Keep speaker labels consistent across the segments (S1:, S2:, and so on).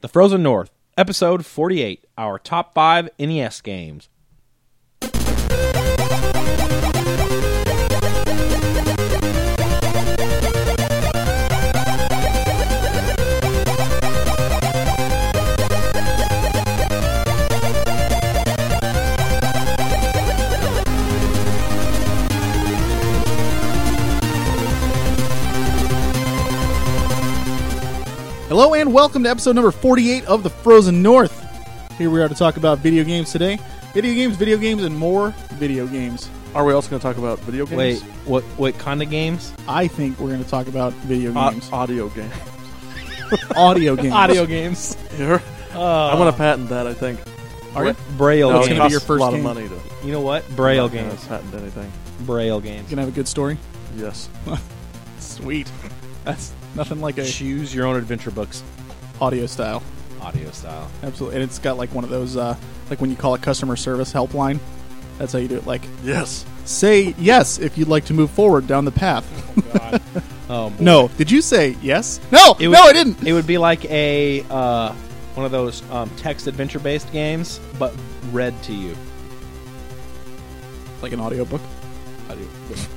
S1: The Frozen North, episode 48, our top 5 NES games.
S2: Hello and welcome to episode number 48 of The Frozen North. Here we are to talk about video games today. Video games, video games, and more video games.
S3: Are we also going to talk about video
S1: Wait,
S3: games?
S1: what what kind of games?
S2: I think we're going to talk about video
S3: Au-
S2: games.
S3: Uh, audio games.
S2: Uh, audio games.
S1: games.
S3: Here.
S1: Uh.
S3: I'm going to patent that. I think.
S2: Are you
S1: Braille
S3: No,
S2: Oh, It's
S3: it
S1: games.
S2: gonna be your
S3: costs
S2: first
S3: a lot
S2: game.
S3: of money to
S1: you know what? Braille
S3: uh,
S1: games.
S3: patent anything.
S1: Braille games.
S2: going to have a good story?
S3: Yes.
S2: Sweet. That's nothing like a
S1: Choose your own adventure books
S2: audio style.
S1: audio style.
S2: Absolutely. And it's got like one of those, uh, like when you call a customer service helpline. That's how you do it. Like,
S3: Yes.
S2: say yes if you'd like to move forward down the path.
S1: Um,
S2: no. Did you say yes? No.
S1: It
S2: no,
S1: would-
S2: I didn't.
S1: It would be like a uh, one of those um, text adventure based games, but read to you.
S2: Like an audiobook.
S1: Audio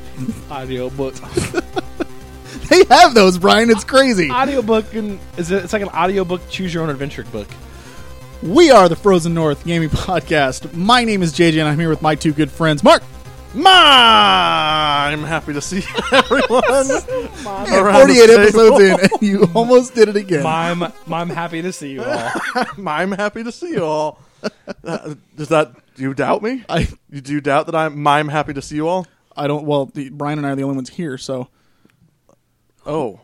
S1: audiobook.
S2: They have those, Brian. It's crazy.
S1: audiobook and is it, it's like an audiobook choose your own adventure book.
S2: We are the Frozen North Gaming Podcast. My name is JJ, and I'm here with my two good friends, Mark.
S3: Ma! I'm happy to see everyone.
S2: Man,
S3: around the
S2: 48
S3: table.
S2: episodes in, and you almost did it again.
S1: Mom, mom, happy to see you all.
S3: I'm happy to see you all. Uh, does that? Do you doubt me?
S2: I,
S3: You do you doubt that I'm? I'm happy to see you all.
S2: I don't. Well, the, Brian and I are the only ones here, so.
S3: Oh.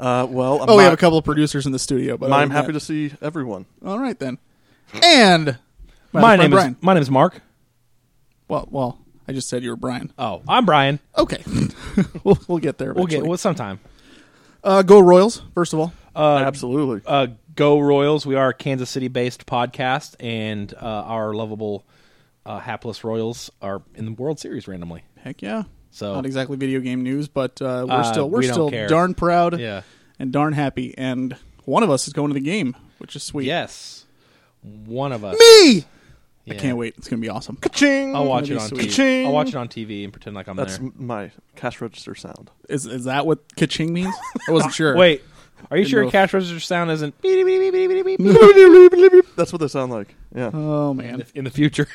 S3: uh, well.
S2: Oh, we have a couple of producers in the studio, but
S3: I'm happy to see everyone.
S2: All right then, and my,
S1: my
S2: friend
S1: name
S2: Brian.
S1: is my name is Mark.
S2: Well, well, I just said you were Brian.
S1: Oh, I'm Brian.
S2: Okay, we'll, we'll get there.
S1: We'll
S2: Eventually.
S1: get well sometime.
S2: uh, go Royals first of all.
S3: Absolutely.
S1: Uh, Go Royals. We are a Kansas City based podcast, and uh, our lovable uh, hapless Royals are in the World Series randomly.
S2: Heck yeah.
S1: So-
S2: not exactly video game news, but uh, we're
S1: Uh,
S2: still we're
S1: we don't
S2: still
S1: care.
S2: darn proud,
S1: Yeah.
S2: and darn happy, and one of us is going to the game, which is sweet.
S1: Yes, one of us.
S2: me.
S1: Yeah.
S2: I can't wait. It's gonna be awesome.
S3: Ching.
S1: I'll watch it
S2: That'd be
S1: on
S2: sweet.
S1: TV.
S3: Ka-ching.
S1: I'll watch it on TV and pretend like I'm
S3: That's
S1: there.
S3: m- my cash register sound.
S2: Is is that what kaching means? I wasn't sure.
S1: Wait, are you
S2: Didn't
S1: sure
S2: know if-
S1: cash register sound isn't beep, beep, beep, beep, beep, beep, beep
S3: That's what they sound like. Yeah.
S2: Oh
S1: in,
S2: man.
S1: the, in the future?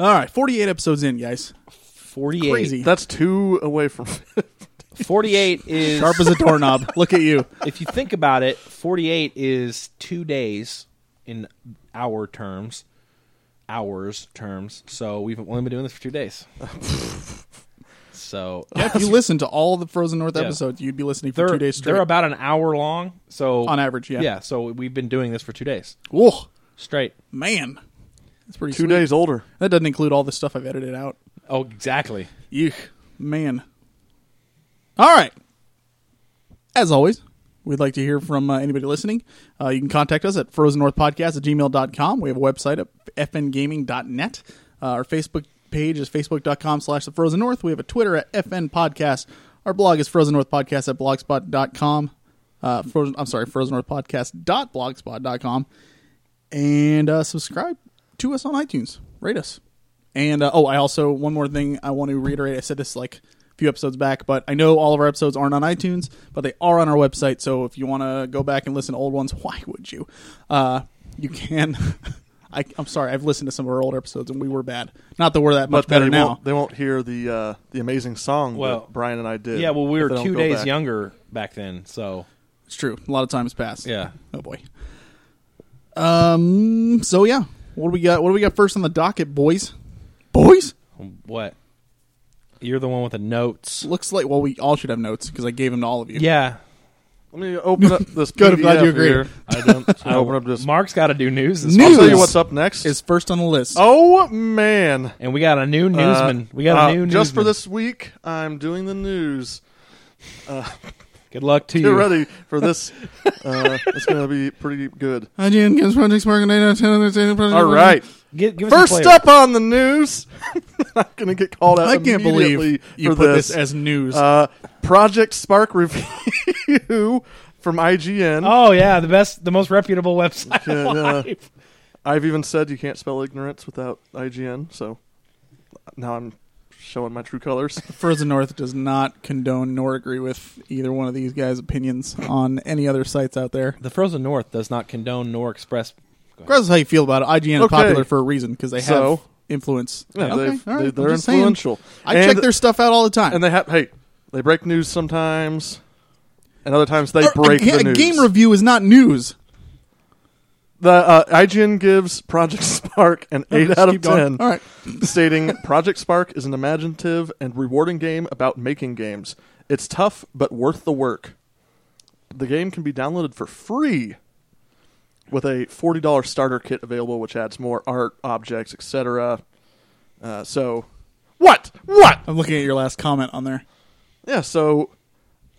S2: All right. Forty-eight episodes in, guys.
S1: 48.
S2: Crazy.
S3: That's two away from
S1: 48 is
S2: Sharp as a doorknob. Look at you.
S1: if you think about it, 48 is two days in hour terms, hours terms. So we've only been doing this for two days. so
S2: If you listen to all the Frozen North
S1: Yeah.
S2: episodes, you'd be listening for
S1: they're
S2: two days straight.
S1: they're about an hour long. So
S2: On average, yeah.
S1: yeah. So we've been doing this for two days
S2: Whoa,
S1: straight.
S2: man, that's pretty.
S3: two
S2: sweet.
S3: days older.
S2: That doesn't include all the stuff I've edited out.
S1: Oh, exactly.
S2: Eugh, man. All right. As always, we'd like to hear from uh, anybody listening. Uh, you can contact us at frozennorthpodcast at gmail.com. We have a website at fngaming.net. Uh, our Facebook page is facebook.com slash the frozen north. We have a Twitter at fn podcast. Our blog is frozennorthpodcast at blogspot.com. Uh, frozen, I'm sorry, frozennorthpodcast.blogspot.com. And uh, subscribe to us on iTunes. Rate us. And uh, oh, I also one more thing I want to reiterate. I said this like a few episodes back, but I know all of our episodes aren't on iTunes, but they are on our website. So if you want to go back and listen to old ones, why would you? Uh, you can. I, I'm sorry, I've listened to some of our older episodes and we were bad. Not that we're that much
S3: But
S2: better
S3: they
S2: now.
S3: Won't, they won't hear the uh, the amazing song
S1: Well,
S3: that Brian and I did.
S1: Yeah. Well, we
S3: if
S1: were
S3: they don't
S1: two
S3: go
S1: days
S3: back.
S1: younger back then. So
S2: It's true. A lot of time has passed.
S1: Yeah.
S2: Oh boy. Um. So yeah, what do we got? What do we got first on the docket, boys? Boys.
S1: what? You're the one with the notes.
S2: Looks like well, we all should have notes because I gave them to all of you.
S1: Yeah.
S3: Let me open up this.
S2: Good, I'm
S3: PDF
S2: glad you agree.
S3: Here.
S1: I don't.
S3: I open up this.
S1: Mark's got to do news. This
S3: I'll
S2: News.
S3: tell you what's up next.
S2: Is first on the list.
S3: oh man,
S1: And we got a new newsman.
S3: Uh,
S1: we got a
S3: uh,
S1: new newsman.
S3: Just for this week, I'm doing the news.
S1: Good luck to
S3: Get
S1: you.
S3: ready for this. uh, it's going to be pretty good.
S2: IGN Games Projects Mark and Dana, Channel News, Dana, Project-
S3: All right.
S1: Give, give us a
S3: First
S1: flavor.
S3: up on the news, I'm going to get called out.
S2: I can't
S3: immediately uh,
S2: believe you
S3: for
S2: put this as news.
S3: Uh, Project Spark review from IGN.
S1: Oh yeah, the best, the most reputable website.
S3: Yeah,
S1: alive.
S3: yeah. I've even said you can't spell ignorance without IGN, so now I'm showing my true colors.
S2: Frozen North does not condone nor agree with either one of these guys' opinions on any other sites out there.
S1: The Frozen North does not condone nor express. Go ahead.
S2: Regardless of how you feel about it, IGN is
S3: Okay.
S2: popular for a reason because they have
S3: So?
S2: influence.
S3: Yeah,
S2: Okay,
S3: they've-
S2: all right,
S3: they,
S2: I'm
S3: they're
S2: just saying.
S3: influential.
S2: I
S3: and,
S2: check their stuff out all the time.
S3: and they have hey, they break news sometimes, and other times they
S2: Or uh,
S3: break
S2: a, ga-
S3: the
S2: a
S3: news.
S2: game review is not news.
S3: the uh, IGN gives Project Spark an eight
S2: Oh, Just
S3: out of
S2: keep going.
S3: ten.
S2: All right.
S3: stating Project Spark is an imaginative and rewarding game about making games. It's tough but worth the work. The game can be downloaded for free with a $40 starter kit available which adds more art, objects, etc. Uh, so what? What?
S2: I'm looking at your last comment on there.
S3: Yeah, so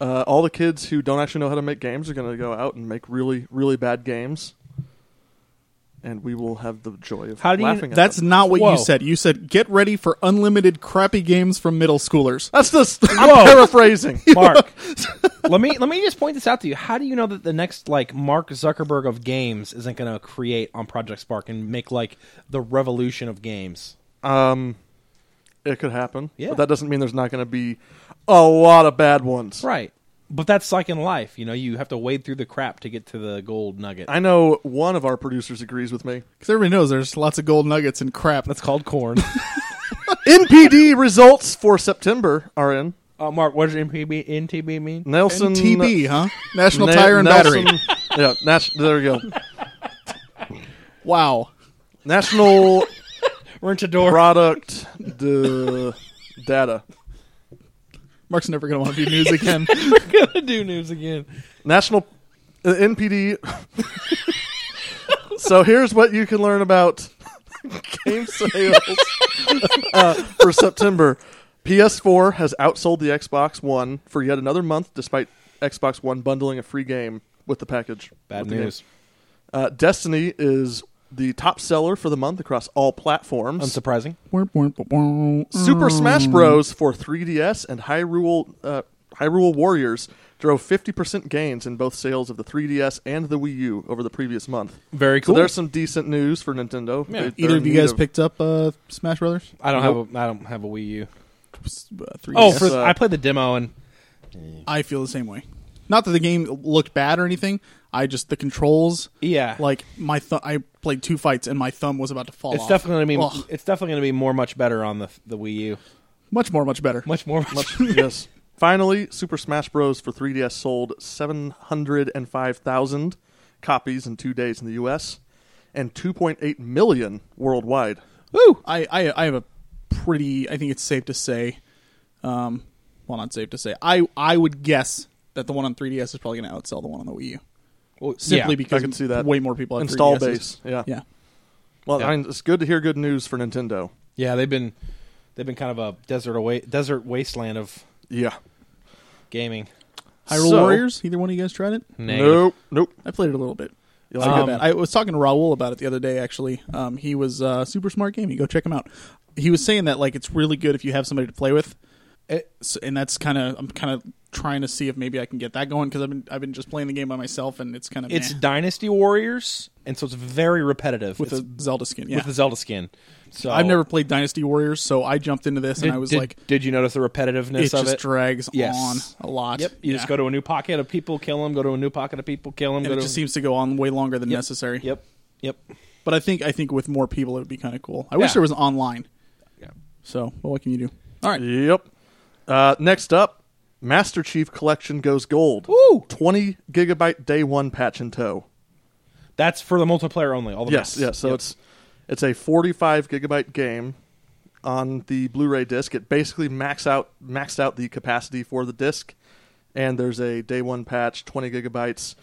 S3: uh, all the kids who don't actually know how to make games are going to go out and make really really bad games. And we will have the joy of
S1: How do you-
S3: laughing at
S2: That's
S3: them.
S2: not what
S1: Whoa.
S2: you said. You said get ready for unlimited crappy games from middle schoolers.
S1: Uh,
S3: That's the
S1: Whoa.
S3: I'm paraphrasing.
S1: Mark, let me let me just point this out to you. How do you know that the next like Mark Zuckerberg of games isn't going to create on Project Spark and make like the revolution of games?
S3: Um, it could happen.
S1: Yeah.
S3: But that doesn't mean there's not going to be a lot of bad ones.
S1: Right. But that's like in life, you know, you have to wade through the crap to get to the gold nugget.
S3: I know one of our producers agrees with me.
S2: Because everybody knows there's lots of gold nuggets and crap.
S1: That's called corn.
S3: NPD results for September are in.
S1: uh, Mark, what does NPB, NTB mean?
S3: Nelson
S2: TB, huh? National
S3: Na-
S2: Tire and
S3: Nelson-
S2: Battery.
S3: yeah, nas- there you go.
S2: Wow.
S3: National
S1: Rentador.
S3: product d- data.
S2: Mark's never going to want to do news again.
S1: We're gonna do news again.
S3: National uh, NPD. so here's what you can learn about game sales uh, for September. PS4 has outsold the Xbox One for yet another month, despite Xbox One bundling a free game with the package.
S1: Bad
S3: With the
S1: news.
S3: game. Uh, Destiny is the top seller for the month across all platforms.
S1: Unsurprising.
S3: Super Smash Bros. for 3DS and Hyrule, uh, Hyrule Warriors drove 50% gains in both sales of the 3DS and the Wii U over the previous month.
S1: Very
S3: So
S1: cool.
S3: there's some decent news for Nintendo.
S1: Yeah.
S3: They- they're
S2: Either of
S3: in
S2: you
S3: need
S2: guys picked up uh, Smash Brothers?
S1: I don't have a I don't have a Wii U.
S2: Three
S1: Oh,
S3: Yes.
S1: for,
S3: Uh,
S1: I played the demo and
S2: I feel the same way. Not that the game looked bad or anything. I just the controls.
S1: yeah,
S2: Like my thumb, I played two fights and my thumb was about to fall.
S1: it's
S2: off.
S1: definitely gonna be
S2: Ugh.
S1: it's definitely gonna be more much better on the the Wii U.
S2: much more, much better.
S1: Much more.
S3: Much, yes. Finally, Super Smash Bros. for 3DS sold 705,000 copies in two days in the U.S. and 2.8 million worldwide.
S1: Woo!
S2: I, I I have a pretty. I think it's safe to say, um, well, not safe to say. I I would guess that the one on 3ds is probably going to outsell the one on the Wii U
S1: Well,
S2: simply
S1: yeah.
S2: because
S3: can see that.
S2: way more people have
S3: Install
S2: 3DSs.
S3: base. Yeah.
S2: Yeah,
S3: Well,
S1: Yeah.
S3: I mean, it's good to hear good news for Nintendo.
S1: yeah, they've been they've been kind of a desert away desert wasteland of
S3: Yeah.
S1: gaming.
S2: Hyrule
S3: So-
S2: Warriors. Either one of you guys tried it?
S3: Nope. Nope.
S2: I played it a little bit.
S3: You
S2: It's
S3: like
S2: not
S1: Um,
S2: bad. I was talking to Raul about it the other day. Actually, um, he was uh, super smart gaming. Go check him out. He was saying that like it's really good if you have somebody to play with,
S1: It-
S2: so, and that's kind of I'm kind of trying to see if maybe I can get that going because I've been I've been just playing the game by myself and it's kind of
S1: It's
S2: meh
S1: Dynasty Warriors, and so it's very repetitive
S2: with
S1: It's
S2: the Zelda skin. Yeah,
S1: with the Zelda skin. So
S2: I've never played Dynasty Warriors, so I jumped into this
S1: Did,
S2: and I was
S1: did-
S2: like,
S1: did you notice the repetitiveness
S2: it
S1: of
S2: just
S1: it?
S2: drags
S1: Yes.
S2: on a lot.
S1: Yep. You just
S2: Yeah.
S1: go to a new pocket of people, kill them. Go to a new pocket of people, kill them.
S2: and
S1: Go
S2: it
S1: to
S2: just seems to go on way longer than necessary.
S1: yep, yep.
S2: But I think I think with more people it would be kind of cool. I
S1: Yeah.
S2: wish there was online.
S1: Yeah.
S2: So, well, what can you do? All right.
S3: Yep. Uh, next up, Master Chief Collection goes gold.
S1: Woo!
S3: Twenty gigabyte day one patch in tow.
S1: That's for the multiplayer only. All the
S3: Yes,
S1: maps.
S3: yes. So
S1: Yep.
S3: it's it's a forty-five gigabyte game on the Blu-ray disc. It basically max out maxed out the capacity for the disc, and there's a day one patch, twenty gigabytes.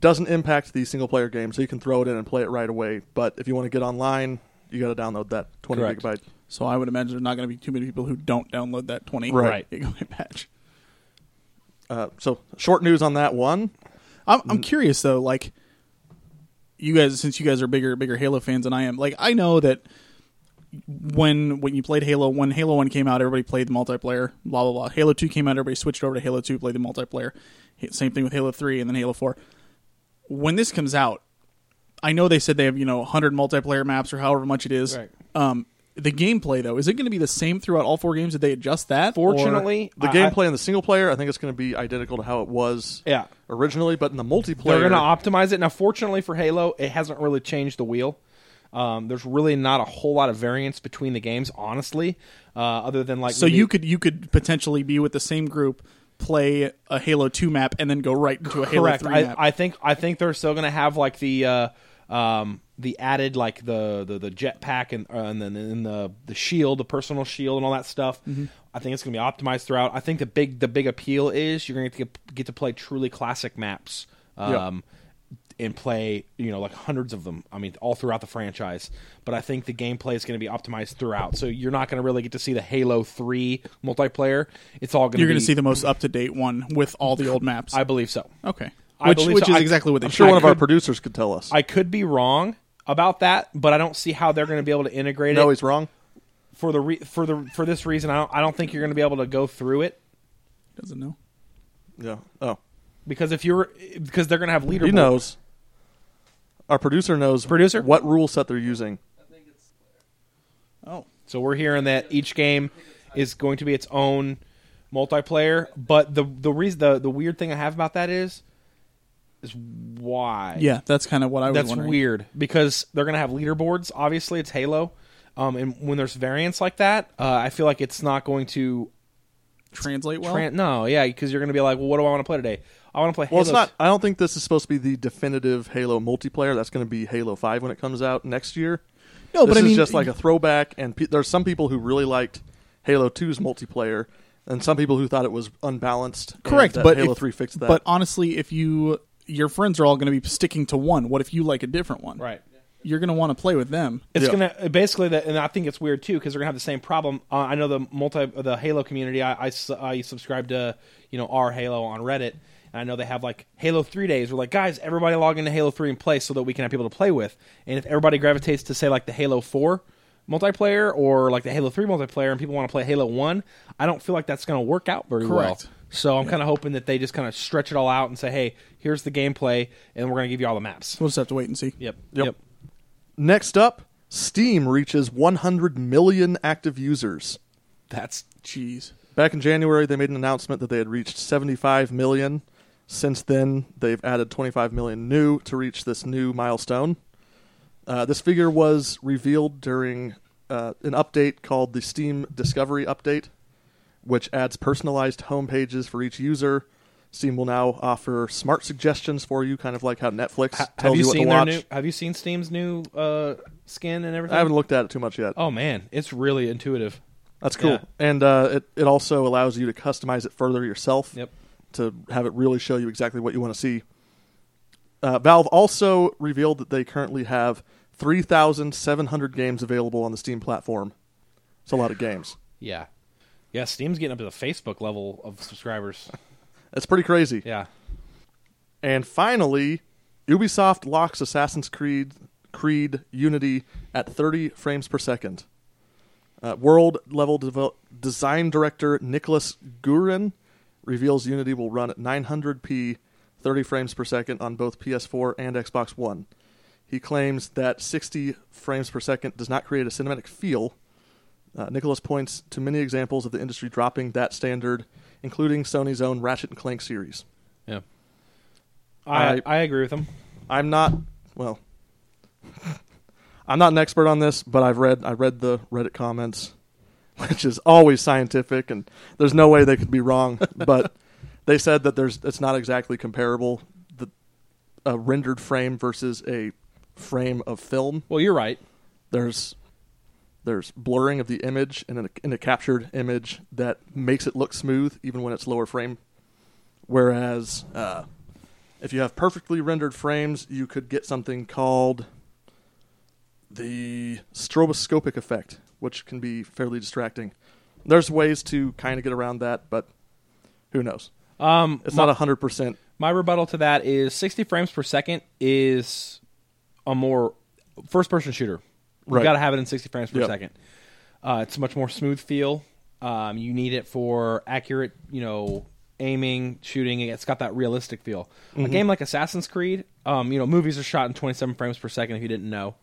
S3: Doesn't impact the single player game, so you can throw it in and play it right away. But if you want to get online, you got to download that twenty
S1: Correct.
S3: gigabyte.
S2: So I would imagine there's not going to be too many people who don't download that 20
S1: Right.
S2: gigabyte patch.
S3: Uh, so short news on that one.
S2: I'm,
S1: Mm.
S2: I'm curious though, like you guys, since you guys are bigger bigger Halo fans than I am, like I know that when when you played Halo, when Halo One came out, everybody played the multiplayer. Blah blah blah. Halo Two came out, everybody switched over to Halo Two, played the multiplayer. H- Same thing with Halo Three and then Halo Four. When this comes out, I know they said they have you know 100 multiplayer maps or however much it is.
S1: Right.
S2: Um, the gameplay though, is it going to be the same throughout all four games? Did they adjust that? or-
S1: Fortunately,
S3: The
S1: I- I-
S3: gameplay in the single player, I think it's going to be identical to how it was
S1: Yeah.
S3: originally, but in the multiplayer,
S1: They're going to optimize it. Now, fortunately for Halo, it hasn't really changed the wheel. Um, there's really not a whole lot of variance between the games, honestly, uh, other than like.
S2: so
S1: maybe-
S2: you could you could potentially be with the same group, play a Halo Two map, and then go right into a Halo
S1: correct.
S2: Three
S1: I,
S2: map.
S1: I think I think they're still going to have like the uh, um, the added like the the, the jetpack and uh, and then and the the shield, the personal shield, and all that stuff.
S2: Mm-hmm.
S1: I think it's going to be optimized throughout. I think the big the big appeal is you're going to get get to play truly classic maps.
S3: Yeah.
S1: Um, And play, you know, like hundreds of them. I mean, all throughout the franchise. But I think the gameplay is going to be optimized throughout. So you're not going to really get to see the Halo Three multiplayer. It's all going to
S2: You're going
S1: be-
S2: to see the most up to date one with all the old maps.
S1: I believe so.
S2: okay,
S1: I
S2: which
S1: believe
S2: which
S1: so.
S2: is
S1: I-
S2: exactly what they
S3: I'm sure
S2: should
S3: one of
S2: do.
S3: our producers could tell us.
S1: I could be wrong about that, but I don't see how they're going to be able to integrate
S3: no,
S1: it
S3: he's wrong.
S1: for the re- for the for this reason. I don't I don't think you're going to be able to go through it
S2: doesn't know.
S3: Yeah. Oh,
S1: because if you're because they're going to have leaderboard.
S3: he knows. Our producer knows.
S1: Producer?
S3: what rule set they're using?
S2: Oh,
S1: So we're hearing that each game is going to be its own multiplayer, but the the reason the the weird thing I have about that is is why
S2: yeah, that's kind of what I was
S1: That's
S2: wondering.
S1: weird because they're gonna have leaderboards. Obviously, it's Halo, um, and when there's variants like that, uh, I feel like it's not going to
S2: Translate well.
S1: Tran- no, yeah, because you're going to be like, well, what do I want to play today? I want to play. Halo.
S3: Well, it's not. I don't think this is supposed to be the definitive Halo multiplayer. That's going to be Halo Five when it comes out next year.
S2: no, but
S3: this
S2: I mean,
S3: is just like a throwback, and pe- there's some people who really liked Halo 2's multiplayer, and some people who thought it was unbalanced. and
S2: correct.
S3: that
S2: But
S3: Halo
S2: if-
S3: 3 fixed that.
S2: But honestly, if you your friends are all going to be sticking to one, what if you like a different one?
S1: right.
S2: You're going to want to play with them.
S1: It's
S3: Yeah.
S1: gonna basically that, and I think it's weird too because they're gonna have the same problem. Uh, I know the multi the Halo community. I, I su- I subscribe to you know our Halo on Reddit, and I know they have like Halo three days. We're like, guys, everybody log into Halo three and play so that we can have people to play with. And if everybody gravitates to say like the Halo four multiplayer or like the Halo three multiplayer, and people want to play Halo one, I don't feel like that's gonna work out very
S2: Correct.
S1: well. So I'm kind of hoping that they just kind of stretch it all out and say, hey, here's the gameplay, and we're gonna give you all the maps.
S2: We'll just have to wait and see.
S1: Yep.
S3: Yep. Next up, Steam reaches 100 million active users.
S1: That's
S2: Jeez.
S3: Back in January, they made an announcement that they had reached 75 million. Since then, they've added 25 million new to reach this new milestone. Uh, this figure was revealed during uh, an update called the Steam Discovery Update, which adds personalized home pages for each user. Steam will now offer smart suggestions for you, kind of like how Netflix tells
S1: have you,
S3: what
S1: seen
S3: to
S1: their
S3: watch.
S1: new? Have you seen Steam's new uh, skin and everything?
S3: I haven't looked at it too much yet.
S1: Oh man, it's really intuitive.
S3: That's cool.
S1: Yeah.
S3: And uh, it, it also allows you to customize it further yourself
S1: Yep.
S3: to have it really show you exactly what you want to see. Uh, Valve also revealed that they currently have 3,700 games available on the Steam platform. It's a lot of games.
S1: Yeah, yeah. Steam's getting up to the Facebook level of subscribers.
S3: It's pretty crazy.
S1: Yeah,
S3: And finally, Ubisoft locks Assassin's Creed Creed Unity at 30 frames per second. Uh, world level devel- design director Nicholas Gurin reveals Unity will run at 900p, 30 frames per second on both PS4 and Xbox One. He claims that 60 frames per second does not create a cinematic feel. Uh, Nicholas points to many examples of the industry dropping that standard, including Sony's own Ratchet and Clank series.
S1: yeah. I
S3: I-
S1: I agree with him.
S3: I'm not well. I'm not an expert on this, but I've read I read the Reddit comments, which is always scientific, and there's no way they could be wrong. But they said that there's it's not exactly comparable the a rendered frame versus a frame of film.
S1: Well, you're right.
S3: There's there's blurring of the image in a, in a captured image that makes it look smooth even when it's lower frame. Whereas uh, if you have perfectly rendered frames, you could get something called the stroboscopic effect, which can be fairly distracting. There's ways to kind of get around that, but who knows?
S1: Um,
S3: It's not 100%.
S1: my rebuttal to that is 60 frames per second is a more first person shooter. You've
S3: Right.
S1: got to have it in 60 frames per
S3: Yep.
S1: second. Uh, it's a much more smooth feel. Um, you need it for accurate, you know, aiming, shooting. It's got that realistic feel.
S3: Mm-hmm.
S1: A game like Assassin's Creed, um, you know, movies are shot in 27 frames per second. If you didn't know,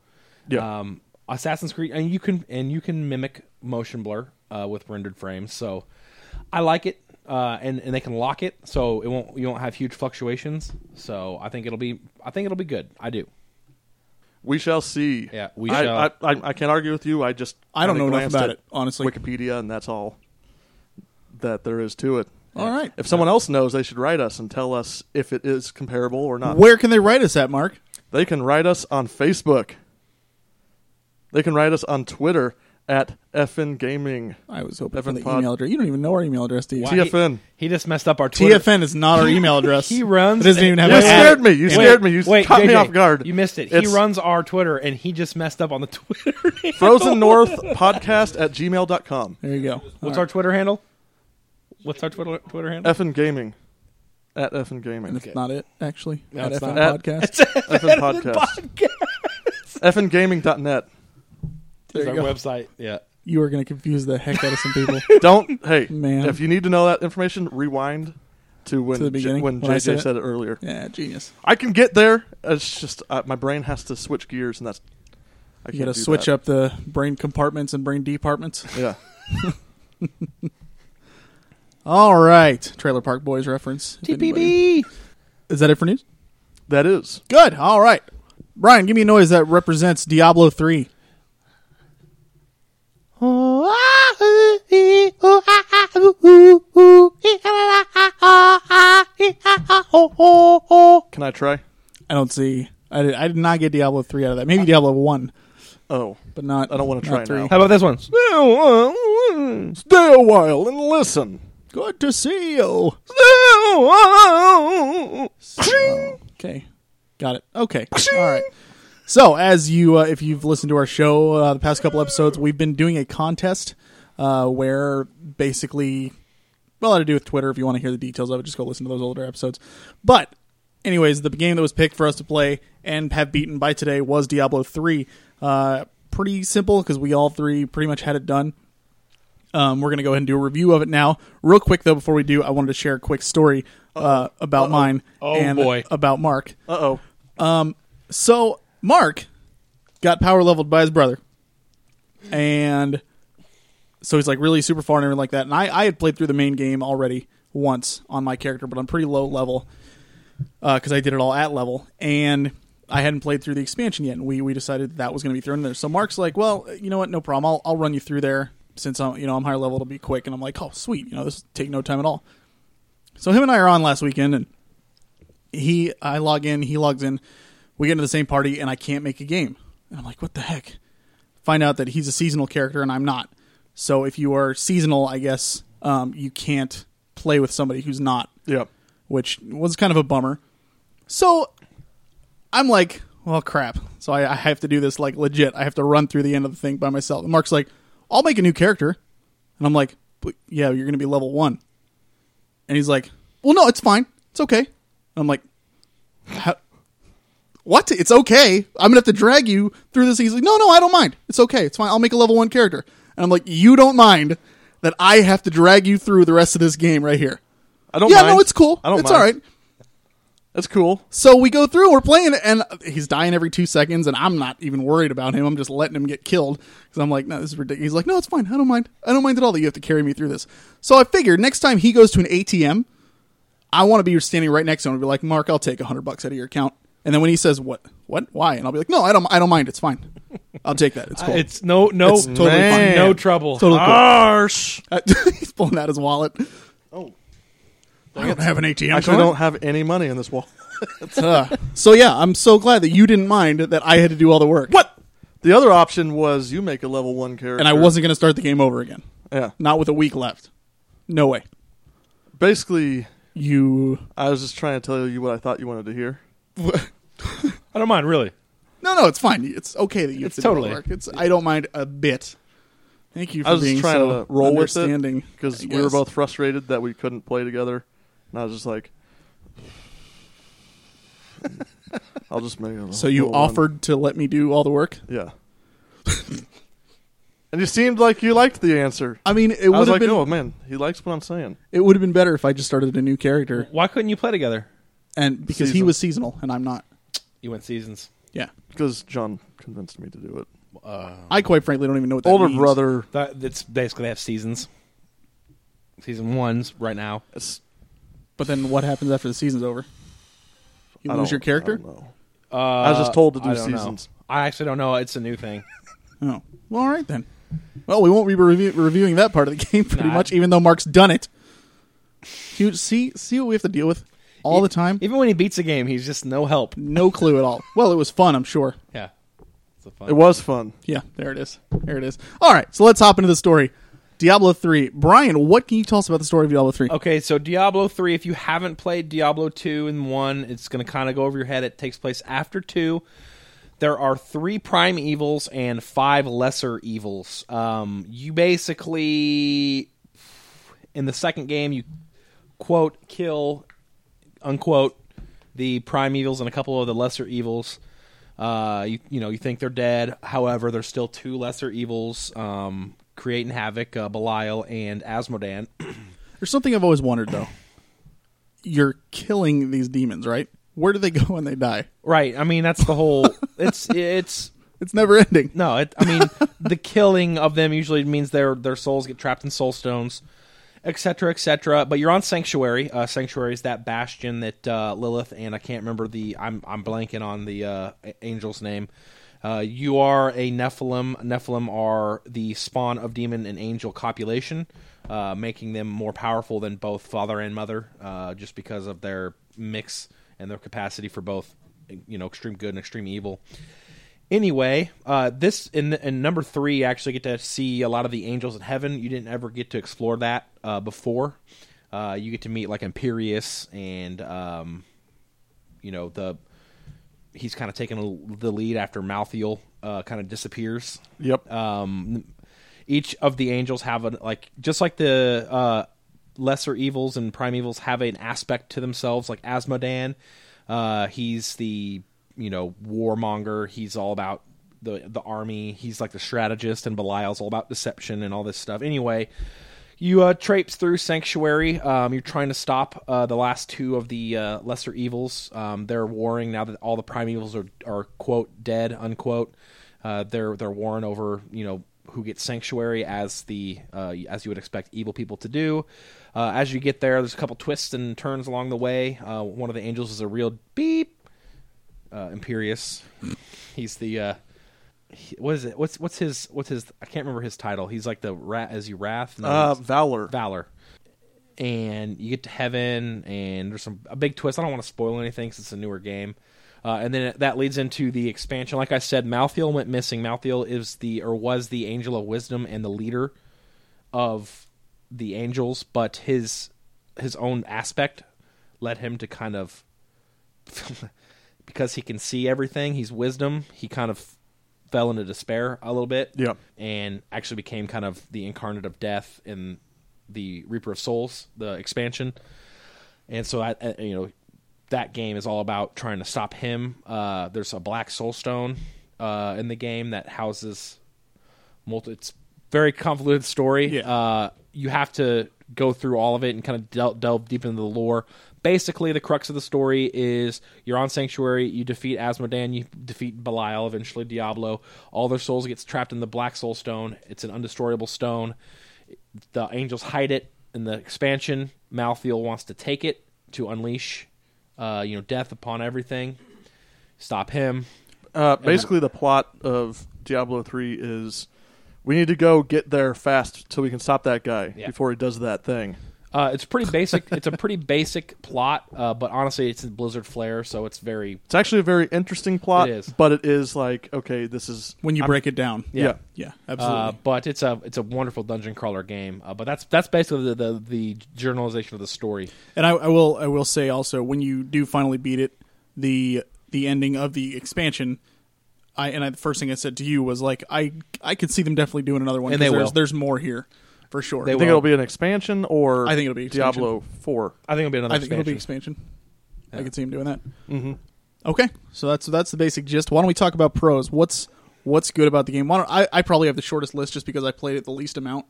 S3: Yeah.
S1: Um, Assassin's Creed, and you can and you can mimic motion blur uh, with rendered frames. So I like it, uh, and and they can lock it, so it won't you won't have huge fluctuations. So I think it'll be I think it'll be good. I do.
S3: We shall see.
S1: Yeah, we
S3: I,
S1: shall.
S3: I, I, I can't argue with you. I just
S2: I don't
S3: kinda
S2: know enough
S3: glanced
S2: about
S3: at
S2: it, honestly.
S3: Wikipedia, and that's all that there is to it.
S2: All right.
S3: If someone else knows, they should write us and tell us if it is comparable or not.
S2: Where can they write us at, Mark?
S3: They can write us on Facebook. They can write us on Twitter at FN Gaming.
S2: I was hoping for
S3: Evan
S2: the
S3: Pod.
S2: email address. You don't even know our email address, do you?
S1: Why-
S3: TFN.
S1: He, he just messed up our Twitter.
S2: TFN is not our email address.
S1: He runs
S2: It doesn't
S1: a-
S2: even have
S3: You
S2: an
S1: Wait,
S2: ad.
S3: scared me. You scared me. You
S1: wait,
S3: caught me
S1: JJ,
S3: off guard.
S1: You missed it.
S3: It's
S1: he runs our Twitter, and he just messed up on the Twitter. handle.
S3: Frozen North Podcast at gmail.com.
S2: There you go.
S1: What's
S2: All
S1: our
S2: right.
S1: Twitter handle? What's our Twitter Twitter handle?
S3: FN Gaming. At FN Gaming.
S2: That's not it, actually.
S1: No,
S2: at
S1: it's
S2: FM
S3: not.
S2: Podcast.
S3: FN Podcast. FNGaming.net.
S1: Is
S2: there
S1: our
S2: you go.
S1: website. Yeah.
S2: You are going to confuse the heck out of some people.
S3: Don't hey
S2: Man.
S3: If you need to know that information, rewind to when
S2: To the
S3: J-
S2: beginning,
S3: when
S2: when I
S3: JJ
S2: said
S3: said
S2: it?
S3: it. earlier.
S2: yeah, genius.
S3: I can get there. It's just uh, my brain has to switch gears, and that's I
S2: You
S3: can't
S2: got to
S3: do
S2: switch
S3: that.
S2: up the brain compartments and brain departments.
S3: Yeah,
S2: All right. Trailer Park Boys reference. if anybody-
S1: TPB.
S2: Is that it for news?
S3: that is.
S2: Good. All right. Brian, give me a noise that represents Diablo 3.
S3: Can I try?
S2: I don't see. I did, I did not get Diablo 3 out of that. Maybe Diablo 1,
S3: Oh,
S2: but not.
S3: I don't wanna
S2: not
S3: try
S2: three.
S3: now.
S1: How about this one?
S2: uh,
S3: stay a while and listen.
S2: Good to see you. Okay. Got it. Okay. All right. So, as you, uh, if you've listened to our show uh, the past couple episodes, we've been doing a contest uh, where basically, well, how to do with Twitter. If you want to hear the details of it, just go listen to those older episodes. But, anyways, the game that was picked for us to play and have beaten by today was Diablo 3. Uh, pretty simple because we all three pretty much had it done. Um, we're going to go ahead and do a review of it now. Real quick, though, before we do, I wanted to share a quick story uh, about mine
S1: Oh,
S2: and
S1: boy.
S2: about Mark.
S3: Uh oh.
S2: So Mark got power leveled by his brother, and so he's like really super far and everything like that. And I, I had played through the main game already once on my character, but I'm pretty low level because I did it all at level, and I hadn't played through the expansion yet. And we we decided that, that was going to be thrown in there. So Mark's like, well, you know what? No problem. I'll I'll run you through there since I'm you know I'm higher level. It'll be quick. And I'm like, oh sweet, you know this will take no time at all. So him and I are on last weekend, and he I log in, he logs in, we get into the same party, and I can't make a game. And I'm like, what the heck? Find out that he's a seasonal character and I'm not. So if you are seasonal, I guess um, you can't play with somebody who's not,
S3: Yep.
S2: which was kind of a bummer. So I'm like, well, crap. So I, I have to do this like legit. I have to run through the end of the thing by myself. And Mark's like, I'll make a new character, and I'm like, but yeah, you're gonna be level one. And he's like, well, no, it's fine. It's okay. And I'm like, how? What? It's okay. I'm gonna have to drag you through this. He's like, no, no, I don't mind. It's okay. It's fine. I'll make a level one character. And I'm like, you don't mind that I have to drag you through the rest of this game right here.
S3: I don't.
S2: yeah,
S3: mind.
S2: no, it's cool.
S3: I don't.
S2: it's
S3: mind.
S2: all right.
S3: That's cool.
S2: So we go through, we're playing, and he's dying every two seconds, and I'm not even worried about him. I'm just letting him get killed because I'm like, no, this is ridiculous. He's like, no, it's fine. I don't mind. I don't mind at all that you have to carry me through this. So I figured next time he goes to an ATM, I want to be standing right next to him and be like, Mark, I'll take hundred bucks out of your account. And then when he says, what, what, why, and I'll be like, no, I don't, I don't mind. It's fine. I'll take that. It's cool.
S1: Uh, It's no no
S2: It's totally
S3: fine.
S1: no trouble. Ah!
S2: Totally cool.
S3: Arsh.
S2: he's pulling out his wallet.
S3: Oh.
S2: I don't have an ATM.
S3: I actually
S2: card.
S3: don't have any money in this wall.
S2: Uh, so yeah, I'm so glad that you didn't mind that I had to do all the work.
S3: What? The other option was you make a level one character,
S2: and I wasn't going to start the game over again.
S3: Yeah.
S2: Not with a week left. No way.
S3: Basically,
S2: You.
S3: I was just trying to tell you what I thought you wanted to hear.
S1: I don't mind really.
S2: No, no, it's fine. It's okay that you
S1: It's
S2: have to do
S1: totally-
S2: the work. It's I don't mind a bit. Thank you for
S3: I was
S2: being
S3: just trying
S2: so
S3: to roll with
S2: understanding.
S3: it because
S2: I
S3: we were
S2: guess.
S3: both frustrated that we couldn't play together, and I was just like, "I'll just make it." a
S2: So you
S3: little one.
S2: offered to let me do all the work.
S3: yeah. And you seemed like you liked the answer.
S2: I mean, it
S3: I
S2: would
S3: was
S2: have
S3: like,
S2: been
S3: oh man, he likes what I'm saying.
S2: it would have been better if I just started a new character,
S1: Why couldn't you play together?
S2: and because he
S3: Seasonal.
S2: was seasonal and I'm not.
S1: You went seasons.
S2: Yeah,
S3: Because John convinced me to do it.
S2: I quite frankly don't even know what that
S3: Older
S2: means.
S3: brother.
S1: That, that's basically they have seasons. Season one's right now.
S3: It's,
S2: But then what happens after the season's over? You
S3: I
S2: lose
S3: don't-
S2: your
S3: I
S2: character.
S3: don't know.
S1: Uh,
S3: I was just told to do
S1: I don't know.
S3: seasons.
S1: I actually don't know. It's a new thing.
S2: Oh, well, all right then. Well, we won't be review- reviewing that part of the game pretty
S1: Nah.
S2: much, even though Mark's done it. You see, see what we have to deal with all the time.
S1: Even when he beats a game, he's just no help.
S2: No clue at all. Well, it was fun, I'm sure.
S1: Yeah, it's a fun.
S3: It was fun.
S2: Yeah, there it is. There it is. All right, so let's hop into the story. Diablo three. Brian, what can you tell us about the story of Diablo three?
S1: Okay, so Diablo 3, if you haven't played Diablo 2 and 1, it's going to kind of go over your head. It takes place after 2. There are three prime evils and five lesser evils. Um, you basically, in the second game, you quote, kill, unquote, the prime evils and a couple of the lesser evils. Uh, you, you know, you think they're dead. However, there's still two lesser evils um, creating havoc uh, Belial and Asmodan.
S2: There's something I've always wondered though. You're killing these demons, right? Where do they go when they die?
S1: Right. I mean, that's the whole. it's it's
S2: It's never ending.
S1: no. It, I mean, the killing of them usually means their their souls get trapped in soul stones, etc. Cetera, etc. Cetera. But you're on sanctuary. Uh, sanctuary is that bastion that uh, Lilith and I can't remember the. I'm I'm blanking on the uh, a- angel's name. Uh, you are a Nephilim. Nephilim are the spawn of demon and angel copulation, uh, making them more powerful than both father and mother, uh, just because of their mix and their capacity for both, you know, extreme good and extreme evil anyway uh this in in number three you actually get to see a lot of the angels in heaven you didn't ever get to explore that uh before uh you get to meet like imperius and um you know the he's kind of taking a, the lead after malthiel uh kind of disappears
S3: Yep.
S2: Uh,
S1: um, each of the angels have an like just like the uh, lesser evils and prime evils have an aspect to themselves like asmodan uh, he's the you know warmonger he's all about the the army he's like the strategist and belial's all about deception and all this stuff anyway you uh, traipse through sanctuary. Um, you're trying to stop uh, the last two of the uh, lesser evils. Um, they're warring now that all the prime evils are, are quote dead unquote. Uh, they're they're warring over you know who gets sanctuary as the uh, as you would expect evil people to do. Uh, as you get there, there's a couple twists and turns along the way. Uh, one of the angels is a real beep. Uh, Imperius, he's the uh, he, what is it? What's what's his what's his? I can't remember his title. He's like the rat as you wrath. No,
S3: uh,
S1: he's-
S3: Valor.
S1: Valor. And you get to heaven, and there's some a big twist. I don't want to spoil anything since it's a newer game. Uh, and then that leads into the expansion. Like I said, Malthiel went missing. Malthiel is the or was the angel of wisdom and the leader of the angels, but his his own aspect led him to kind of because he can see everything. He's wisdom. He kind of fell into despair a little bit
S3: Yep.
S1: and actually became kind of the incarnate of death in the Reaper of Souls, the expansion. And so, I, I- you know, that game is all about trying to stop him. Uh, there's a black soul stone uh, in the game that houses multi. It's very convoluted story.
S2: Yeah.
S1: Uh, you have to go through all of it and kind of del- delve deep into the lore. Basically, the crux of the story is you're on Sanctuary, you defeat Asmodan, you defeat Belial, eventually Diablo. All their souls gets trapped in the Black Soul Stone. It's an undestroyable stone the angels hide it in the expansion. Malthiel wants to take it to unleash, uh, you know, death upon everything. Stop him.
S3: Uh, basically, the plot of Diablo 3 is we need to go get there fast so we can stop that guy
S1: Yeah.
S3: before he does that thing.
S1: Uh, it's pretty basic. it's a pretty basic plot, uh, but honestly, it's a Blizzard flair, so it's very
S3: It's actually a very interesting plot,
S1: It is.
S3: but it is like, okay, this is.
S2: When you break it down.
S3: Yeah.
S2: Yeah,
S1: Uh,
S2: absolutely.
S1: but it's a it's a wonderful dungeon crawler game. Uh, but that's that's basically the, the the journalization of the story.
S2: and I, I will I will say also when you do finally beat it, the the ending of the expansion, I and I, the first thing I said to you was like I I could see them definitely doing another one.
S1: And
S2: 'cause
S1: they
S2: there's,
S1: will.
S2: there's more here for sure.
S1: They
S3: I
S1: will.
S3: think it'll be an expansion or
S2: I think it'll be expansion.
S3: Diablo 4.
S1: I think it'll be another
S2: I think it'll be
S1: expansion.
S2: expansion. I could see him doing that. Mm-hmm. Okay, so that's that's the basic gist. Why don't we talk about pros? What's what's good about the game. Why don't, I, I probably have the shortest list just because I played it the least amount.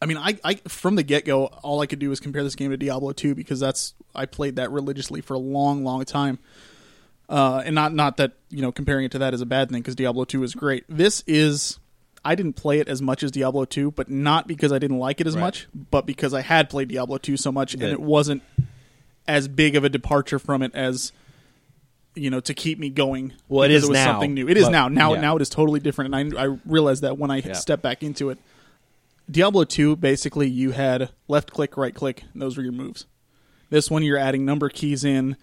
S2: I mean, I, I from the get go, all I could do was compare this game to Diablo 2 because that's I played that religiously for a long, long time. Uh, and not not that you know comparing it to that is a bad thing because Diablo 2 is great. This is I didn't play it as much as Diablo 2, but not because I didn't like it as
S1: Right.
S2: much, but because I had played Diablo 2 so much and
S1: That-
S2: it wasn't as big of a departure from it as you know to keep me going.
S1: Well, it
S2: because
S1: is
S2: was
S1: now,
S2: something new. It is
S1: but-
S2: now. Now
S1: yeah.
S2: now it is totally different, and I I realized that when I
S1: Yeah.
S2: stepped back into it. Diablo 2, basically, you had left click, right click, and those were your moves. This one, you're adding number keys in.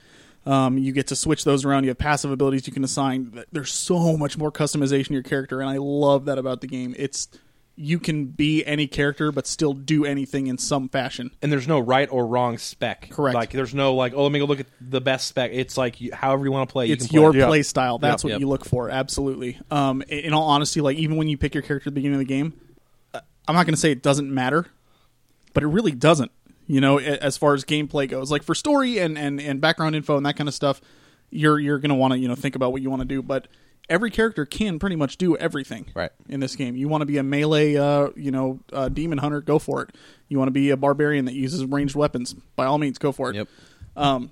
S2: Um, you get to switch those around. You have passive abilities you can assign. There's so much more customization to your character, and I love that about the game. It's you can be any character, but still do anything in some fashion.
S1: and there's no right or wrong spec.
S2: Correct.
S1: Like there's no like, oh, let me go look at the best spec. It's like you, however you want to play. you
S2: it's
S1: can
S2: your
S1: play.
S3: Yeah.
S2: play style.
S1: Yep,
S2: That's what
S1: yep.
S2: you look for. Absolutely. Um, in in all honesty, like even when you pick your character at the beginning of the game, uh, I'm not going to say it doesn't matter, but it really doesn't. You know, a- as far as gameplay goes, like for story and and and background info and that kind of stuff, you're you're going to want to you know think about what you want to do, but. Every character can pretty much do everything
S1: Right.
S2: in this game. You want to be a melee, uh, you know, uh, demon hunter, go for it. You want to be a barbarian that uses ranged weapons, by all means, go for it.
S1: Yep.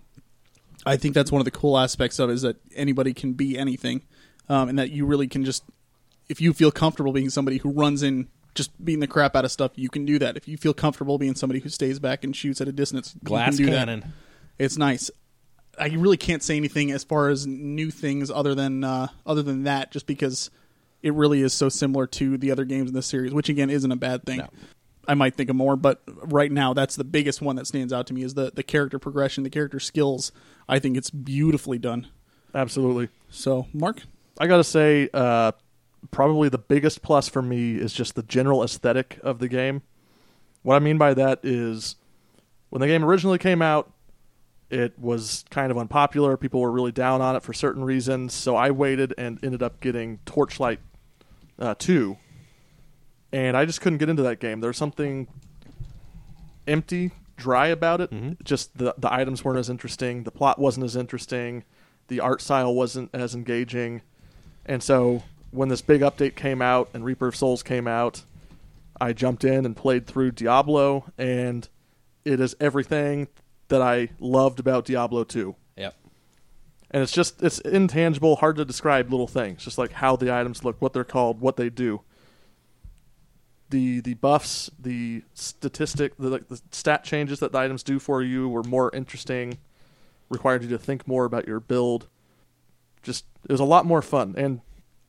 S2: I think that's one of the cool aspects of it is that anybody can be anything, um, and that you really can just, if you feel comfortable being somebody who runs in just beating the crap out of stuff, you can do that. If you feel comfortable being somebody who stays back and shoots at a distance,
S1: Glass
S2: you can do
S1: cannon.
S2: That. It's nice. I really can't say anything as far as new things other than uh, other than that, just because it really is so similar to the other games in this series, which again isn't a bad thing.
S1: No.
S2: I might think of more, but right now that's the biggest one that stands out to me is the the character progression, the character skills. I think it's beautifully done.
S3: Absolutely.
S2: So, Mark,
S3: I gotta say, uh, probably the biggest plus for me is just the general aesthetic of the game. What I mean by that is, when the game originally came out, it was kind of unpopular. People were really down on it for certain reasons. So I waited and ended up getting Torchlight uh, Two, and I just couldn't get into that game. There was something empty, dry about it. Just the the items weren't as interesting. The plot wasn't as interesting. The art style wasn't as engaging. And so when this big update came out and Reaper of Souls came out, I jumped in and played through Diablo, and it is everything that I loved about Diablo 2
S1: Yep.
S3: and it's just it's intangible hard to describe little things just like how the items look what they're called what they do the the buffs the statistic the, like, the stat changes that the items do for you were more interesting required you to think more about your build just it was a lot more fun and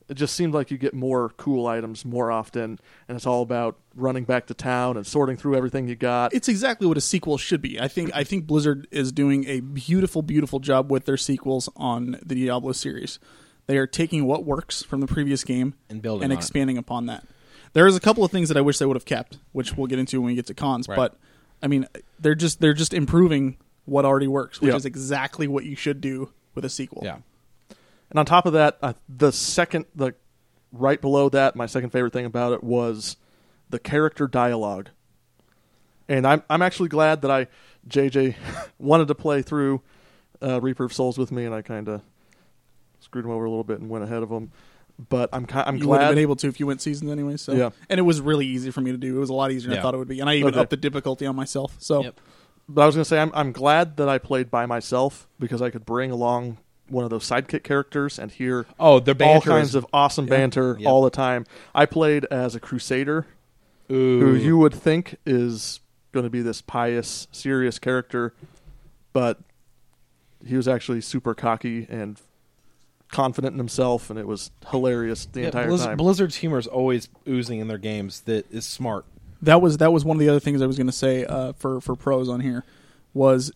S3: it just seemed like you get more cool items more often and it's all about running back to town and sorting through everything you got
S2: it's exactly what a sequel should be. I think I think Blizzard is doing a beautiful, beautiful job with their sequels on the Diablo series. They are taking what works from the previous game
S1: And building
S2: and
S1: on it.
S2: expanding upon that. There is a couple of things that I wish they would have kept, which we'll get into when we get to cons.
S1: Right.
S2: But I mean, they're just they're just improving what already works, which
S3: Yeah.
S2: is exactly what you should do with a sequel.
S1: Yeah.
S3: And on top of that, uh, the second, the right below that, my second favorite thing about it was the character dialogue. And I'm I'm actually glad that I JJ wanted to play through uh, Reaper of Souls with me, and I kind of screwed him over a little bit and went ahead of him. But I'm ki- I'm
S2: you would have
S3: glad.
S2: been able to if you went seasons anyway. So
S3: Yeah.
S2: and it was really easy for me to do. It was a lot easier than I
S1: Yeah.
S2: thought it would be, and I even
S3: Okay.
S2: upped the difficulty on myself. So
S1: Yep.
S3: but I was gonna say I'm I'm glad that I played by myself because I could bring along one of those sidekick characters and hear
S1: Oh, the
S3: all
S1: banter
S3: kinds
S1: is-
S3: of awesome banter
S1: Yep.
S3: all the time. I played as a crusader
S1: Ooh.
S3: who you would think is going to be this pious, serious character, but he was actually super cocky and confident in himself, and it was hilarious the
S1: Yeah,
S3: entire
S1: Blizz-
S3: time.
S1: Blizzard's humor is always oozing in their games. That is smart.
S2: that was that was one of the other things I was going to say uh, for for pros on here was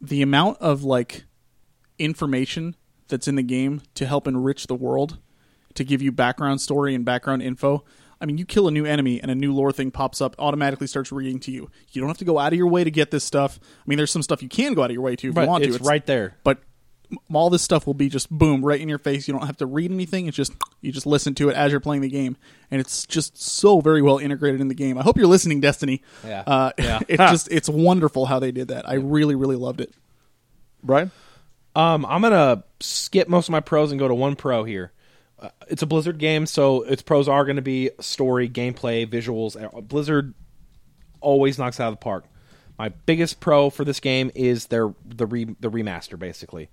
S2: the amount of like information that's in the game to help enrich the world to give you background story and background info. I mean, you kill a new enemy and a new lore thing pops up, automatically starts reading to you. You don't have to go out of your way to get this stuff. I mean, there's some stuff you can go out of your way to if
S1: But
S2: you want
S1: it's
S2: to.
S1: right there.
S2: But m- all this stuff will be just boom right in your face. You don't have to read anything. It's just you just listen to it as you're playing the game, and it's just so very well integrated in the game. I hope you're listening, Destiny.
S1: Yeah.
S2: Uh,
S1: Yeah.
S2: It's just it's wonderful how they did that. I really really loved it.
S3: Brian?
S1: Um, I'm gonna skip most of my pros and go to one pro here. uh, it's a Blizzard game, so its pros are going to be story, gameplay, visuals. Uh, Blizzard always knocks it out of the park. My biggest pro for this game is their the re, the remaster basically.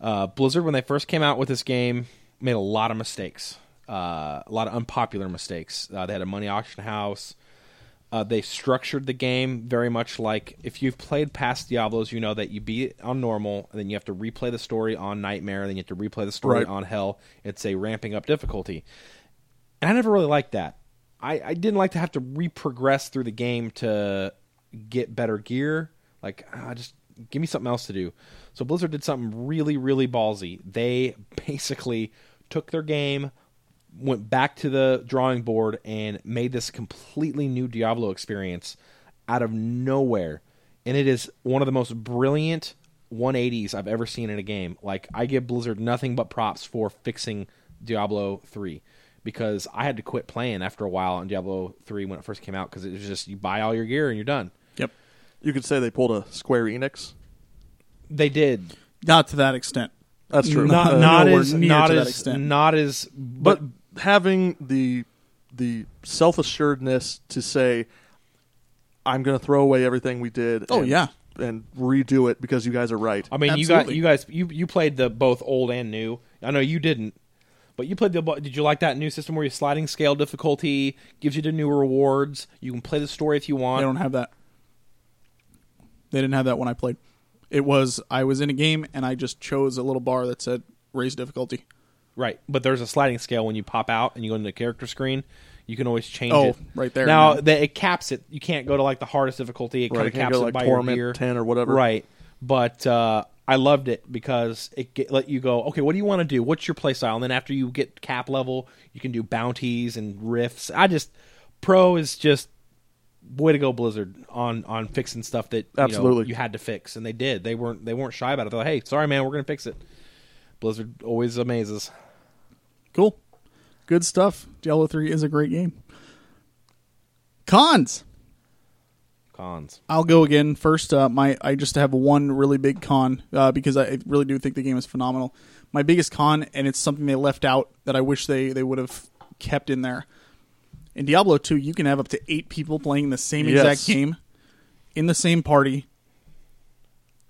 S1: Uh, Blizzard when they first came out with this game made a lot of mistakes, uh, a lot of unpopular mistakes. Uh, they had a money auction house. Uh, they structured the game very much like if you've played past Diablos, you know that you beat it on normal, and then you have to replay the story on Nightmare, and then you have to replay the story
S3: Right.
S1: on Hell. It's a ramping up difficulty, and I never really liked that. I, I didn't like to have to reprogress through the game to get better gear. Like, ah, just give me something else to do. So Blizzard did something really, really ballsy. They basically took their game, went back to the drawing board and made this completely new Diablo experience out of nowhere. And it is one of the most brilliant 180s I've ever seen in a game. Like I give Blizzard nothing but props for fixing Diablo 3 because I had to quit playing after a while on Diablo 3 when it first came out cuz it was just you buy all your gear and you're done.
S2: Yep.
S3: You could say they pulled a Square Enix.
S1: They did
S2: Not to that extent.
S3: That's true.
S1: not
S2: Uh,
S1: not
S2: nowhere
S1: as
S2: near
S1: not
S2: to that
S1: as
S2: extent.
S1: not as but
S3: but having the the self assuredness to say, I'm going to throw away everything we did.
S2: Oh,
S3: and-
S2: yeah.
S3: and redo it because you guys are right.
S1: I mean,
S2: Absolutely.
S1: you guys, you guys, you you played the both old and new. I know you didn't, but you played the. bo- Did you like that new system where you sliding scale difficulty gives you the new rewards? You can play the story if you
S2: They
S1: want.
S2: don't have that. They didn't have that when I played. It was I was in a game and I just chose a little bar that said raise difficulty.
S1: Right, but there's a sliding scale when you pop out and you go into the character screen. You can always change
S2: Oh,
S1: it
S2: right there,
S1: Now
S2: yeah.
S1: the, it caps it. You can't go to like the hardest difficulty. It
S3: Right,
S1: kind
S3: you
S1: of
S3: can't
S1: caps
S3: go,
S1: it
S3: like,
S1: by
S3: Torment
S1: your gear.
S3: 10 or whatever.
S1: Right, but uh, I loved it because it get, let you go. Okay, what do you want to do? What's your play style? And then after you get cap level, you can do bounties and rifts. I just pro is just way to go Blizzard on on fixing stuff that you know,
S3: Absolutely.
S1: you had to fix, and they did. They weren't they weren't shy about it. They're like, hey, sorry man, we're gonna fix it. Blizzard always amazes.
S2: Cool. Good stuff. Diablo 3 is a great game. Cons.
S1: Cons.
S2: I'll go again first. Uh, my I just have one really big con uh, because I really do think the game is phenomenal. My biggest con, and it's something they left out that I wish they they would have kept in there. In Diablo 2, you can have up to eight people playing the same
S3: Yes.
S2: exact game in the same party,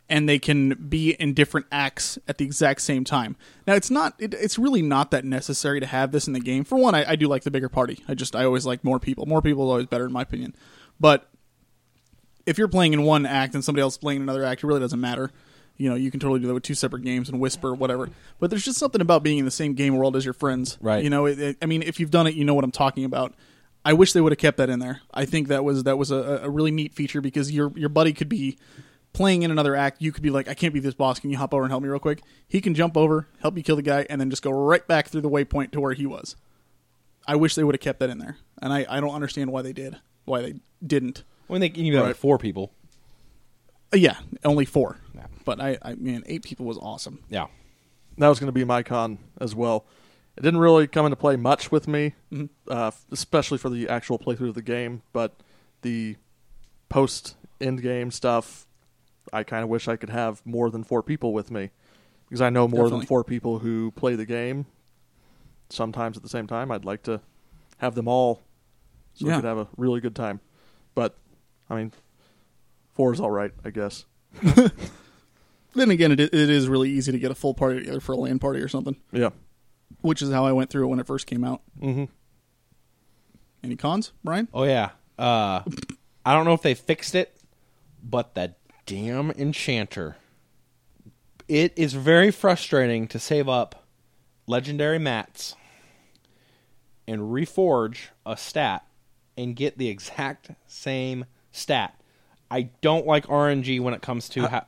S2: and they can be in different acts at the exact same time. Now, it's not it, it's really not that necessary to have this in the game. For one, I, I do like the bigger party. I just I always like more people. More people is always better in my opinion. But if you're playing in one act and somebody else is playing another act, it really doesn't matter. You know, you can totally do that with two separate games and whisper whatever. But there's just something about being in the same game world as your friends,
S1: Right.
S2: You know, it, it- I mean, if you've done it, you know what I'm talking about. I wish they would have kept that in there. I think that was that was a, a really neat feature because your your buddy could be playing in another act. You could be like, I can't beat this boss. Can you hop over and help me real quick? He can jump over, help you kill the guy, and then just go right back through the waypoint to where he was. I wish they would have kept that in there, and I, I don't understand why they did, why they didn't.
S1: When they you know
S3: Right.
S1: four people.
S2: Uh, Yeah, only four.
S1: Yeah.
S2: But I, I mean, eight people was awesome.
S1: Yeah.
S3: that was going to be my con as well. It didn't really come into play much with me,
S2: Mm-hmm.
S3: uh, especially for the actual playthrough of the game. But the post end game stuff, I kind of wish I could have more than four people with me because I know more
S2: Definitely.
S3: than four people who play the game. Sometimes at the same time, I'd like to have them all so
S2: Yeah.
S3: we could have a really good time. But I mean, four is all right, I guess.
S2: Then again, it, it is really easy to get a full party together for a land party or something,
S3: Yeah.
S2: which is how I went through it when it first came out.
S3: Mm-hmm.
S2: Any cons, Brian?
S1: Oh yeah. Uh, I don't know if they fixed it, but that damn enchanter. It is very frustrating to save up legendary mats and reforge a stat and get the exact same stat. I don't like RNG when it comes to how.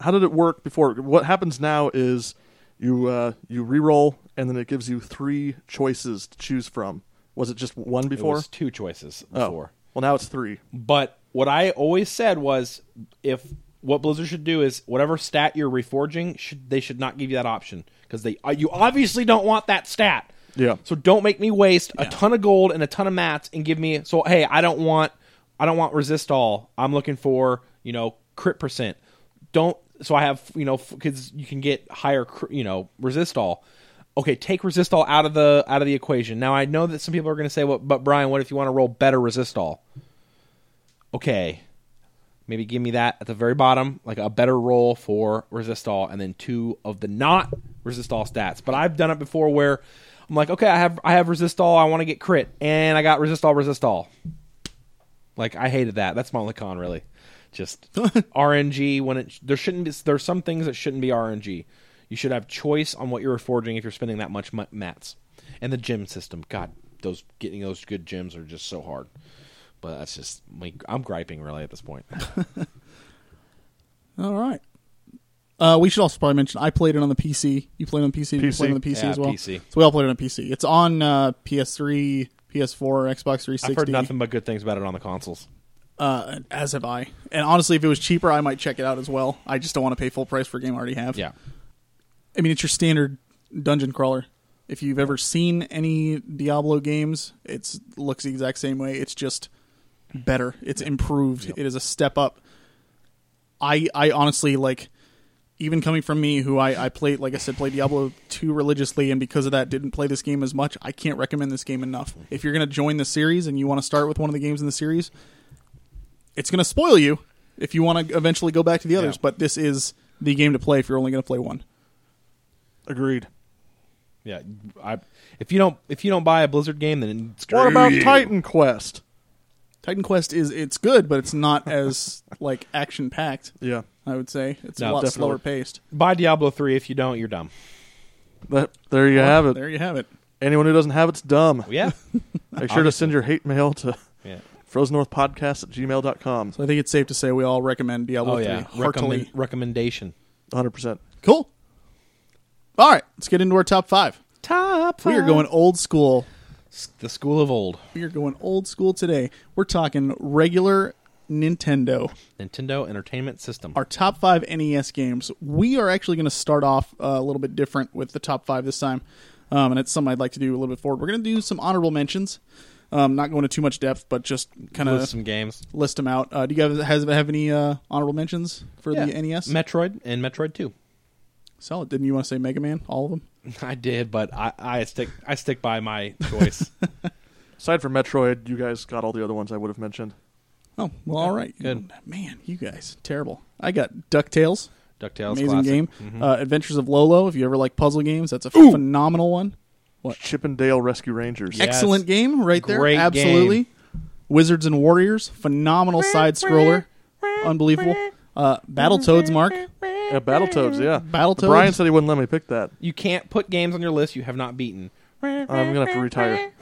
S3: how did it work before? What happens now is you uh, you reroll and then it gives you three choices to choose from. Was it just one
S1: It
S3: before?
S1: was two choices
S3: Oh.
S1: before.
S3: Well, now it's three.
S1: But what I always said was, if what Blizzard should do is whatever stat you're reforging, should they should not give you that option because they uh, you obviously don't want that stat.
S3: Yeah.
S1: So don't make me waste a ton of gold and a ton of mats and give me so hey I don't want I don't want resist all. I'm looking for you know crit percent. Don't so I have you know because you can get higher cr- you know resist all. okay, take resist all out of the out of the equation. Now I know that some people are going to say, "What? but Brian, what if you want to roll better resist all?" Okay, maybe give me that at the very bottom, like a better roll for resist all, and then two of the not resist all stats. But I've done it before where I'm like, okay, I have I have resist all, I want to get crit, and I got resist all, resist all. Like I hated that. That's my only con, really. Just RNG when it there shouldn't be. There's some things that shouldn't be RNG. You should have choice on what you're forging if you're spending that much mu- mats. And the gym system, God, those getting those good gyms are just so hard. But that's just my, I'm griping really at this point.
S2: All right. Uh, we should also probably mention I played it on the PC. You played it on the PC. You
S3: PC.
S2: played it on the PC
S1: Yeah,
S2: as well.
S1: PC.
S2: So we all played it on PC. It's on uh, PS3, PS4, Xbox 360.
S1: I've heard nothing but good things about it on the consoles.
S2: Uh, as have I. And honestly, if it was cheaper, I might check it out as well. I just don't want to pay full price for a game I already have.
S1: Yeah,
S2: I mean, it's your standard dungeon crawler. If you've ever seen any Diablo games, it's looks the exact same way. It's just better. It's improved. It is a step up. I I honestly like even coming from me who I, I played like I said played Diablo 2 religiously and because of that didn't play this game as much. I can't recommend this game enough. If you're going to join the series and you want to start with one of the games in the series, it's going to spoil you if you want to eventually go back to the others,
S1: Yeah.
S2: but this is the game to play if you're only going to play one.
S3: Agreed.
S1: yeah. I if you don't if you don't buy a Blizzard game, then screw
S3: What about
S1: you.
S3: Titan Quest?
S2: Titan Quest is it's good, but it's not as like action packed.
S3: Yeah,
S2: I would say it's a
S1: No,
S2: lot
S3: definitely.
S2: slower paced.
S1: Buy Diablo three. If you don't, you're dumb.
S3: that, there you have it.
S2: There you have it.
S3: Anyone who doesn't have it's dumb.
S1: Oh, Yeah,
S3: Make sure to send your hate mail to
S1: yeah.
S3: frozennorthpodcast at gmail.com.
S2: So I think it's safe to say we all recommend Diablo
S1: Oh yeah.
S2: 3 heartily.
S1: Recommend, recommendation.
S3: 100%.
S2: Cool. All right, let's get into our top five.
S1: Top.
S2: We are going old school.
S1: the school of old.
S2: We are going old school today. We're talking regular Nintendo.
S1: Nintendo Entertainment System.
S2: Our top five NES games. We are actually going to start off uh, a little bit different with the top five this time, um, and it's something I'd like to do a little bit forward. We're going to do some honorable mentions. Um, not going into too much depth, but just kind of
S1: with some games.
S2: list them out. Uh, do you guys has, have any uh, honorable mentions for the E NES?
S1: Metroid and Metroid Two.
S2: Solid. Didn't you want to say Mega Man? All of them.
S1: I did, but I, I stick I stick by my choice.
S3: Aside from Metroid, you guys got all the other ones I would have mentioned.
S2: Oh well, all right.
S1: Good.
S2: Man, you guys terrible. I got Ducktales.
S1: Ducktales,
S2: amazing
S1: classic. Mm-hmm.
S2: game. Uh, Adventures of Lolo. If you ever like puzzle games, that's a phenomenal one.
S3: Chippendale Rescue Rangers.
S1: Yeah. Yes.
S2: Excellent game right there.
S1: Great
S2: Absolutely. Wizards and Warriors. Phenomenal side scroller. Unbelievable. Uh, Battletoads, Mark.
S3: Yeah, Battletoads, yeah.
S2: Battletoads?
S3: Brian said he wouldn't let me pick that.
S1: You can't put games on your list you have not beaten.
S3: I'm going to have to retire.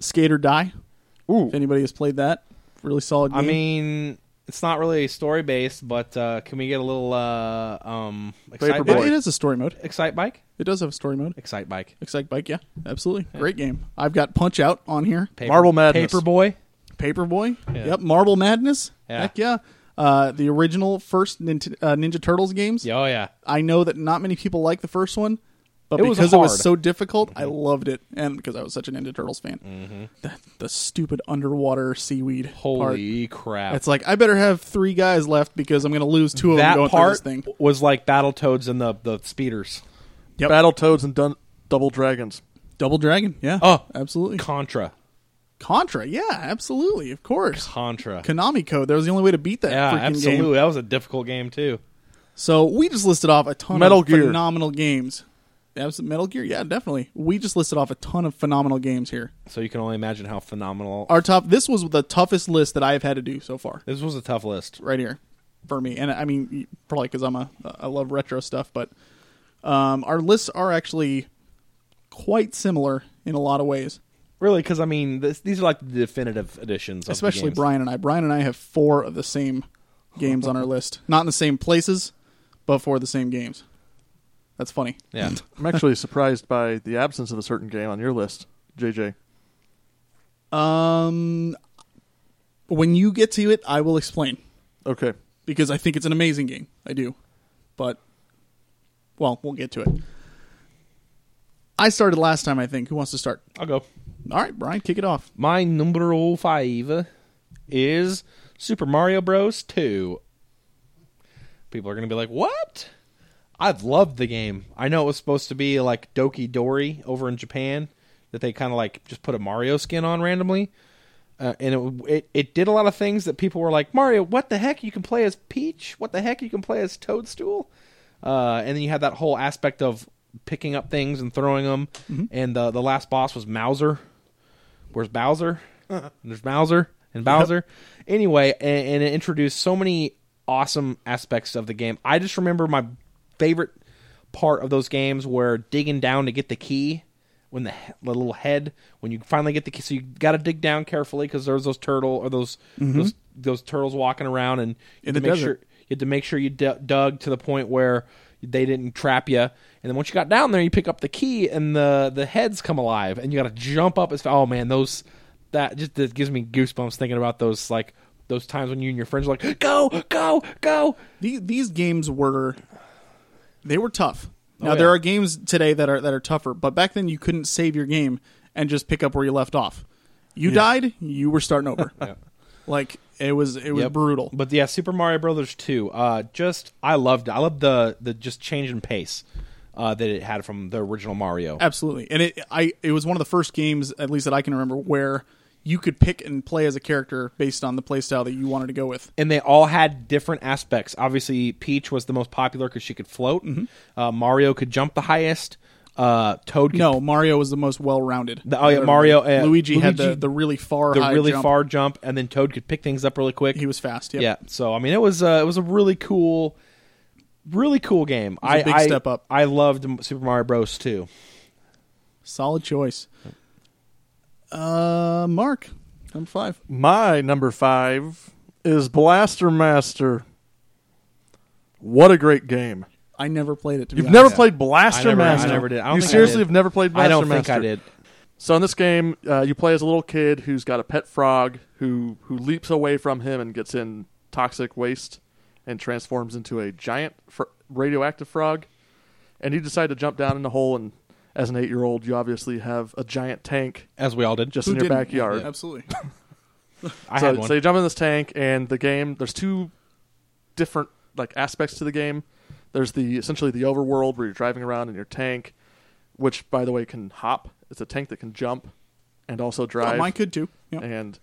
S2: Skate or Die.
S3: Ooh.
S2: If anybody has played that, really solid game.
S1: I mean, it's not really story based, but uh, can we get a little uh, um excite
S2: it,
S3: Paperboy.
S2: it
S1: bike?
S2: is a story mode.
S1: Excite bike,
S2: It does have a story mode.
S1: excite bike,
S2: Excite Bike, yeah, absolutely, great game. I've got Punch Out on here.
S1: Paper,
S3: Marble Madness.
S1: Paperboy.
S2: Paperboy.
S1: Yeah.
S2: Yep. Marble Madness.
S1: Yeah.
S2: Heck yeah. Uh, the original first Ninja, uh, Ninja Turtles games.
S1: Yeah, Oh yeah,
S2: I know that not many people like the first one, but
S1: It was
S2: because it was
S1: hard.
S2: so difficult, I loved it, and because I was such a Ninja Turtles fan. The, the stupid underwater seaweed part.
S1: Mm-hmm. holy crap!
S2: It's like I better have three guys left because I'm going to lose two of them going
S1: that
S2: through this
S1: part
S2: thing.
S1: was like Battletoads and the the speeders.
S2: Yep.
S3: Battletoads and Dun- Double Dragons.
S2: Double Dragon. Yeah.
S1: Oh.
S2: absolutely.
S1: Contra,
S2: Contra. Yeah, absolutely. Of course.
S1: Contra.
S2: Konami code. That was the only way to beat that
S1: Yeah,
S2: freaking
S1: absolutely.
S2: game.
S1: That was a difficult game too.
S2: So we just listed off a ton
S3: Metal
S2: of
S3: Gear.
S2: phenomenal games. Abs- Metal Gear, yeah, definitely. We just listed off a ton of phenomenal games here.
S1: So you can only imagine how phenomenal.
S2: Our top. This was the toughest list that I have had to do so far,
S1: this was a tough list.
S2: right here, for me. And I mean, probably because I'm a I love retro stuff, but um, our lists are actually quite similar in a lot of ways.
S1: Really, because I mean, this, these are like the definitive editions, of the
S2: especially
S1: games.
S2: Brian and I. Brian and I have four of the same games on our list, not in the same places, but for the same games. That's funny.
S1: Yeah,
S3: I'm actually surprised by the absence of a certain game on your list, JJ.
S2: Um, when you get to it, I will explain
S3: Okay.
S2: because I think it's an amazing game. I do, but well, we'll get to it. I started last time. I think. Who wants to start?
S1: I'll go.
S2: All right, Brian, kick it off.
S1: My number five is Super Mario Bros. Two. People are gonna be like, "What?" I've loved the game. I know it was supposed to be like Doki Dori over in Japan that they kind of like just put a Mario skin on randomly. Uh, and it, it it did a lot of things that people were like, Mario, what the heck? You can play as Peach. What the heck? You can play as Toadstool. Uh, and then you had that whole aspect of picking up things and throwing them. And the the last boss was Mauser. Where's Bowser? And There's Bowser and Bowser. Anyway, and, and it introduced so many awesome aspects of the game. I just remember my favorite part of those games where digging down to get the key when the, he- the little head when you finally get the key. So you got to dig down carefully because there's those turtle or those those those turtles walking around and you had
S2: Mm-hmm. In
S1: to
S2: the
S1: make
S2: desert.
S1: sure you had to make sure you d- dug to the point where they didn't trap you. And then once you got down there, you pick up the key, and the the heads come alive, and you got to jump up. As fa- oh man, those that just that gives me goosebumps thinking about those like those times when you and your friends are like go go go.
S2: These, these games were they were tough. Now
S1: Oh, yeah.
S2: there are games today that are that are tougher, but back then you couldn't save your game and just pick up where you left off. You died, you were starting over. Like it was it was
S1: Yep.
S2: brutal.
S1: But yeah, Super Mario Brothers two. Uh, just I loved it. I loved the the just change in pace uh, that it had from the original Mario.
S2: Absolutely, and it I it was one of the first games, at least that I can remember, where you could pick and play as a character based on the playstyle that you wanted to go with.
S1: and they all had different aspects. Obviously, Peach was the most popular because she could float.
S2: Mm-hmm.
S1: Uh, Mario could jump the highest. Uh, Toad could
S2: No, Mario was the most well-rounded.
S1: The- oh, yeah, Mario, uh,
S2: Luigi, had the,
S1: Luigi-
S2: the really far,
S1: the
S2: high
S1: really
S2: jump.
S1: far jump, and then Toad could pick things up really quick.
S2: He was fast. Yep.
S1: yeah. So I mean, it was uh, it was a really cool, really cool game.
S2: was a
S1: I
S2: big
S1: I-
S2: step up.
S1: I loved M- Super Mario Bros. too.
S2: Solid choice. Uh, Mark, number five.
S3: My number five is Blaster Master. What a great game!
S2: I never played it. To be
S3: You've
S2: honest.
S3: never played Blaster
S1: I never- I
S3: Master.
S1: never did. I don't
S3: you
S1: think I
S3: seriously
S1: did.
S3: have never played Blaster
S1: I don't
S3: Master.
S1: think I did.
S3: So in this game, uh, you play as a little kid who's got a pet frog who who leaps away from him and gets in toxic waste and transforms into a giant fr- radioactive frog. And you decide to jump down in the hole. And as an eight year old, you obviously have a giant tank
S1: As we all did.
S3: just
S2: Who
S3: in your
S2: didn't?
S3: backyard.
S2: Yeah, absolutely.
S1: I
S3: so,
S1: had one.
S3: so you jump in this tank, and the game. There's two different like aspects to the game. There's the essentially the overworld where you're driving around in your tank, which by the way can hop. It's a tank that can jump and also drive.
S2: Oh, mine could too. Yep.
S3: And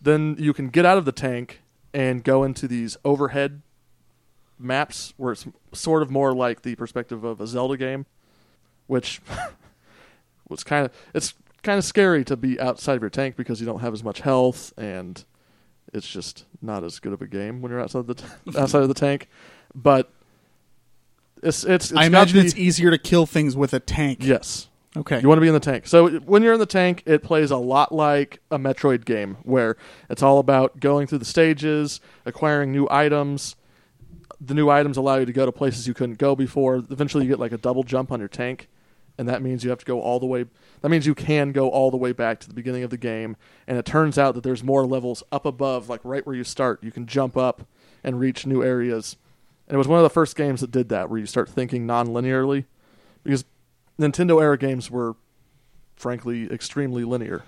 S3: then you can get out of the tank and go into these overhead maps where it's sort of more like the perspective of a Zelda game, which was kind of it's kind of scary to be outside of your tank because you don't have as much health and it's just not as good of a game when you're outside the t- outside of the tank. But it's it's, it's
S2: I
S3: got
S2: imagine
S3: the-
S2: it's e- easier to kill things with a tank.
S3: yes.
S2: Okay.
S3: You want to be in the tank. So when you're in the tank, it plays a lot like a Metroid game, where it's all about going through the stages, acquiring new items. The new items allow you to go to places you couldn't go before. Eventually, you get like a double jump on your tank, and that means you have to go all the way. That means you can go all the way back to the beginning of the game. And it turns out that there's more levels up above, like right where you start. You can jump up and reach new areas. And it was one of the first games that did that, where you start thinking non-linearly, because Nintendo era games were, frankly, extremely linear.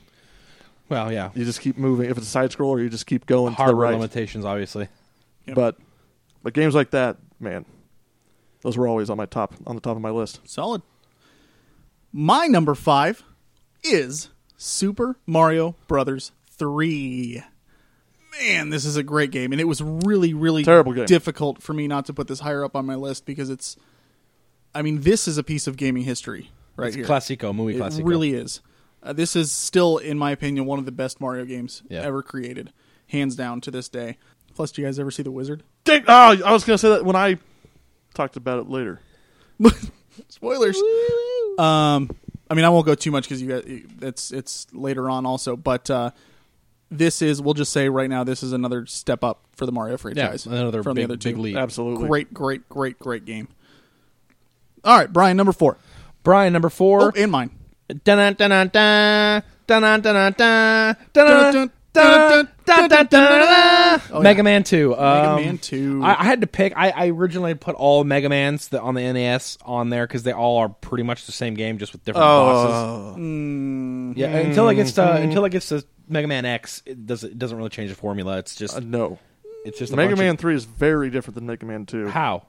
S1: well, yeah.
S3: You just keep moving. If it's a side scroller, you just keep going to the
S1: Hardware
S3: right.
S1: limitations, obviously.
S2: Yep.
S3: But, but games like that, man, those were always on my top on the top of my list.
S2: Solid. My number five is Super Mario Brothers Three. Man, this is a great game, and it was really, really
S3: Terrible game.
S2: difficult for me not to put this higher up on my list because it's. I mean, this is a piece of gaming history right
S1: It's
S2: here.
S1: Classico, movie
S2: It
S1: Classico.
S2: really is. Uh, this is still, in my opinion, one of the best Mario games
S1: Yeah.
S2: ever created, hands down to this day. Plus, do you guys ever see the Wizard?
S3: Dang, oh, I was gonna say that when I talked about it later.
S2: Spoilers. Um, I mean, I won't go too much because you guys, it's it's later on also, but uh, this is we'll just say right now this is another step up for the Mario franchise.
S1: another
S2: from
S1: big-
S2: the other two.
S1: big leap.
S3: Absolutely.
S2: Great, great, great, great game. All right, Brian, number four.
S1: Brian number
S2: Oh,
S1: four.
S2: and mine.
S1: Dun dun dun dun dun dun dun dun
S2: Dun,
S1: dun dun
S2: dun, dun,
S1: dun dun dun
S2: Oh, yeah.
S1: Mega Man Two.
S2: Mega
S1: um,
S2: Man 2.
S1: I, I had to pick. I, I originally put all Mega Mans that on the NES on there because they all are pretty much the same game, just with different bosses. Yeah, until it gets to until it gets to Mega Man X, it does it doesn't really change the formula. It's just
S3: Uh, no.
S1: it's just a
S3: Mega
S1: bunch
S3: Man
S1: Of,
S3: Three is very different than Mega Man Two.
S1: how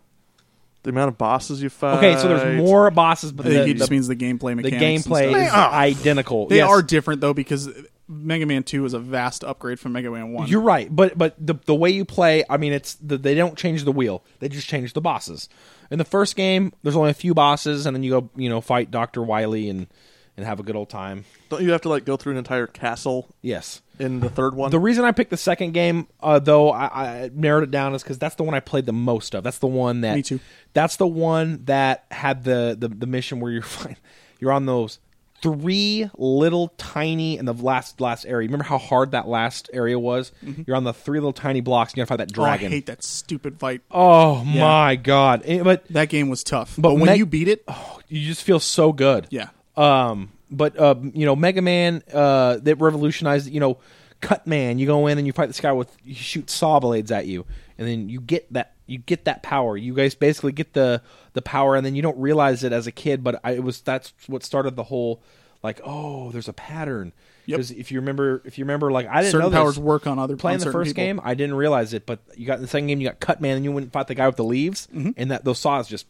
S3: the amount of bosses you fight.
S1: Okay, so there's more bosses, but
S2: I think
S1: the,
S2: he just
S1: the,
S2: means the gameplay
S1: the
S2: mechanics. and
S1: gameplay
S2: stuff.
S1: is identical.
S2: They
S1: Yes.
S2: are different though because Mega Man Two is a vast upgrade from Mega Man One.
S1: You're right, but but the the way you play, I mean, it's the, they don't change the wheel; they just change the bosses. In the first game, there's only a few bosses, and then you go, you know, fight Doctor Wily and and have a good old time.
S3: Don't you have to like go through an entire castle
S1: Yes.
S3: in the third one?
S1: The reason I picked the second game, uh, though, I, I narrowed it down is because that's the one I played the most of. That's the one that
S2: Me too.
S1: That's the one that had the the, the mission where you're fine. You're on those three little tiny and the last last area. Remember how hard that last area was? You're on the three little tiny blocks. and You gotta fight that
S2: Mm-hmm. oh, I
S1: dragon.
S2: hate that stupid fight.
S1: Oh my god! It- but
S2: That game was tough, but,
S1: But
S2: when
S1: Meg-
S2: you beat it,
S1: oh, you just feel so good.
S2: yeah,
S1: Um. But uh, you know, Mega Man uh, that revolutionized. You know, Cut Man. You go in and you fight this guy with you shoot saw blades at you, and then you get that you get that power. You guys basically get the the power, and then you don't realize it as a kid. But I, it was that's what started the whole like oh, there's a pattern.
S2: Yep.
S1: Because if you remember, if you remember, like I didn't
S2: certain
S1: know
S2: powers
S1: this
S2: work on other
S1: playing
S2: on
S1: the
S2: certain
S1: first
S2: people.
S1: game, I didn't realize it, but you got in the second game, you got Cut Man, and you went and fought the guy with the leaves,
S2: Mm-hmm.
S1: and that those saws just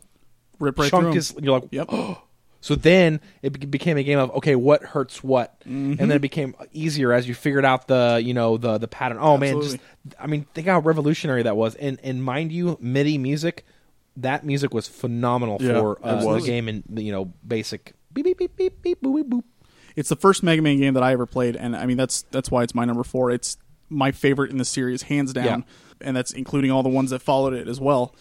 S2: Rip right through
S1: chunked
S2: 'em.
S1: his. You're like,
S2: Yep.
S1: so then it be- became a game of okay, what hurts what, and
S2: Mm-hmm.
S1: then it became easier as you figured out the you know the the pattern. Oh man,
S2: Absolutely.
S1: just I mean, think how revolutionary that was, and and mind you, MIDI music, that music was phenomenal
S3: Yeah,
S1: for
S3: it
S1: uh, the
S3: was.
S1: game and you know basic beep beep beep beep beep boop, boop boop.
S2: It's the first Mega Man game that I ever played, and I mean that's that's why it's my number four. It's my favorite in the series, hands down,
S1: Yeah.
S2: and that's including all the ones that followed it as well.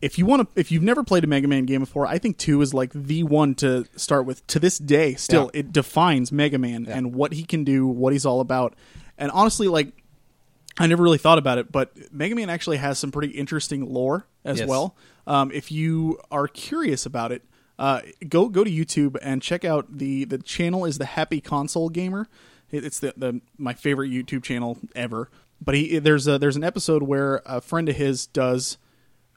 S2: If you want to, if you've never played a Mega Man game before, I think two is like the one to start with. To this day, still, it defines Mega Man and what he can do, what he's all about, and honestly, like I never really thought about it, but Mega Man actually has some pretty interesting lore as
S1: Yes.
S2: well. Um, if you are curious about it, uh, go go to YouTube and check out the the channel is the Happy Console Gamer. It- It's the, the my favorite YouTube channel ever. But he there's a there's an episode where a friend of his does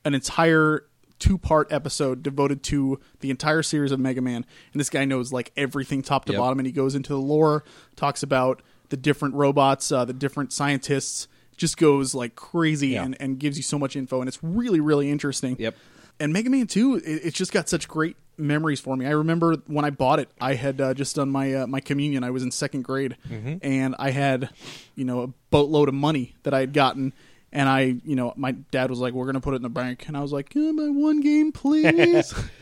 S2: an entire two part episode devoted to the entire series of Mega Man, and this guy knows like everything top to
S1: Yep.
S2: bottom, and he goes into the lore, talks about the different robots, uh, the different scientists, just goes like crazy
S1: Yeah.
S2: and, and gives you so much info, and it's really really interesting.
S1: Yep.
S2: And Mega Man Two, it, it's just got such great memories for me. I remember when I bought it, I had uh, just done my uh, my communion. I was in second grade,
S1: Mm-hmm.
S2: and I had you know a boatload of money that I had gotten. And I, you know, my dad was like, "We're gonna put it in the bank," and I was like, "Can I buy one game, please?"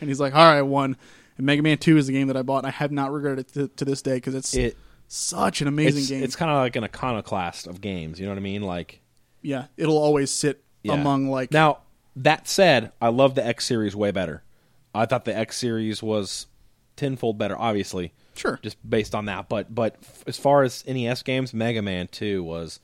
S2: and he's like, "All right, one." And Mega Man Two is the game that I bought, and I have not regretted it to, to this day because it's
S1: It-
S2: such an amazing
S1: It's,
S2: game.
S1: it's kind of like an iconoclast of games. You know what I mean? Like
S2: yeah, it'll always sit
S1: Yeah.
S2: among like
S1: Now that said, I love the X series way better. I thought the X series was tenfold better, obviously.
S2: Sure.
S1: Just based on that, but but f- as far as NES games, Mega Man Two was.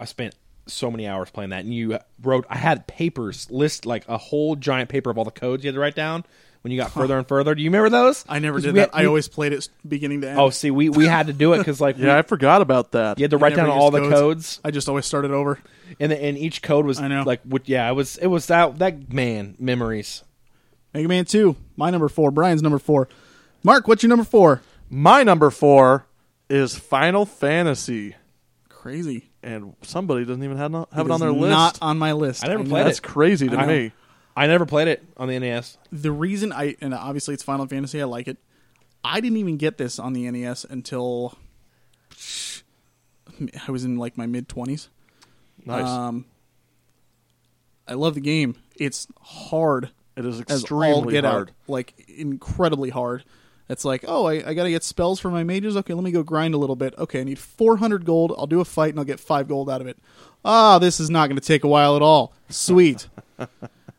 S1: I spent so many hours playing that, and you wrote. I had papers list like a whole giant paper of all the codes you had to write down when you got further and further. Do you remember those?
S2: I never
S1: 'Cause
S2: did
S1: we
S2: that.
S1: had-
S2: I
S1: we-
S2: always played it beginning to end.
S1: Oh, see, we we had to do it because like we-
S3: yeah, I forgot about that.
S1: you had to
S2: I
S1: write
S2: never
S1: down
S2: used
S1: all the codes.
S2: I just always started over.
S1: and the, and each code was
S2: I know.
S1: like what yeah it was it was that that man memories
S2: Mega Man Two, my number four. Brian's number four. Mark, what's your number four?
S3: My number four is Final Fantasy,
S2: Crazy.
S3: and somebody doesn't even have, have it
S2: It
S3: on
S2: is
S3: their list.
S2: Not on my list.
S1: I never
S2: know.
S1: played
S3: That's
S1: it.
S3: crazy to
S1: I-
S3: me.
S1: I never played it on the E NES
S2: The reason I and obviously it's Final Fantasy. I like it. I didn't even get this on the NES until I was in like my mid twenties.
S3: Nice.
S2: Um, I love the game. It's hard.
S3: it is
S2: as
S3: extremely
S2: all get
S3: hard.
S2: out, like incredibly hard. It's like, oh, I, I got to get spells for my mages. Okay, let me go grind a little bit. Okay, I need 400 gold. I'll do a fight and I'll get five gold out of it. Ah, this is not going to take a while at all. Sweet.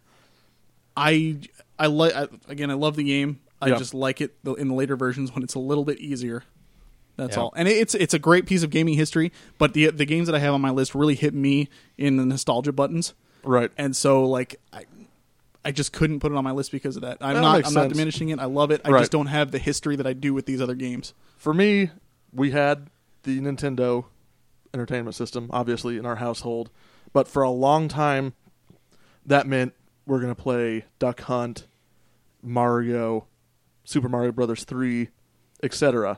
S2: I I like again. I love the game. I
S3: Yeah.
S2: just like it the- in the later versions when it's a little bit easier. That's
S1: Yeah.
S2: all. And it- it's it's a great piece of gaming history. But the the games that I have on my list really hit me in the nostalgia buttons
S3: Right.
S2: and so like I, I just couldn't put it on my list because of that. I'm
S3: That
S2: not I'm
S3: makes
S2: not
S3: sense.
S2: diminishing it. I love it. I
S3: Right.
S2: just don't have the history that I do with these other games.
S3: For me, we had the Nintendo entertainment system, obviously, in our household. But for a long time, that meant we're going to play Duck Hunt, Mario, Super Mario Brothers 3, etc.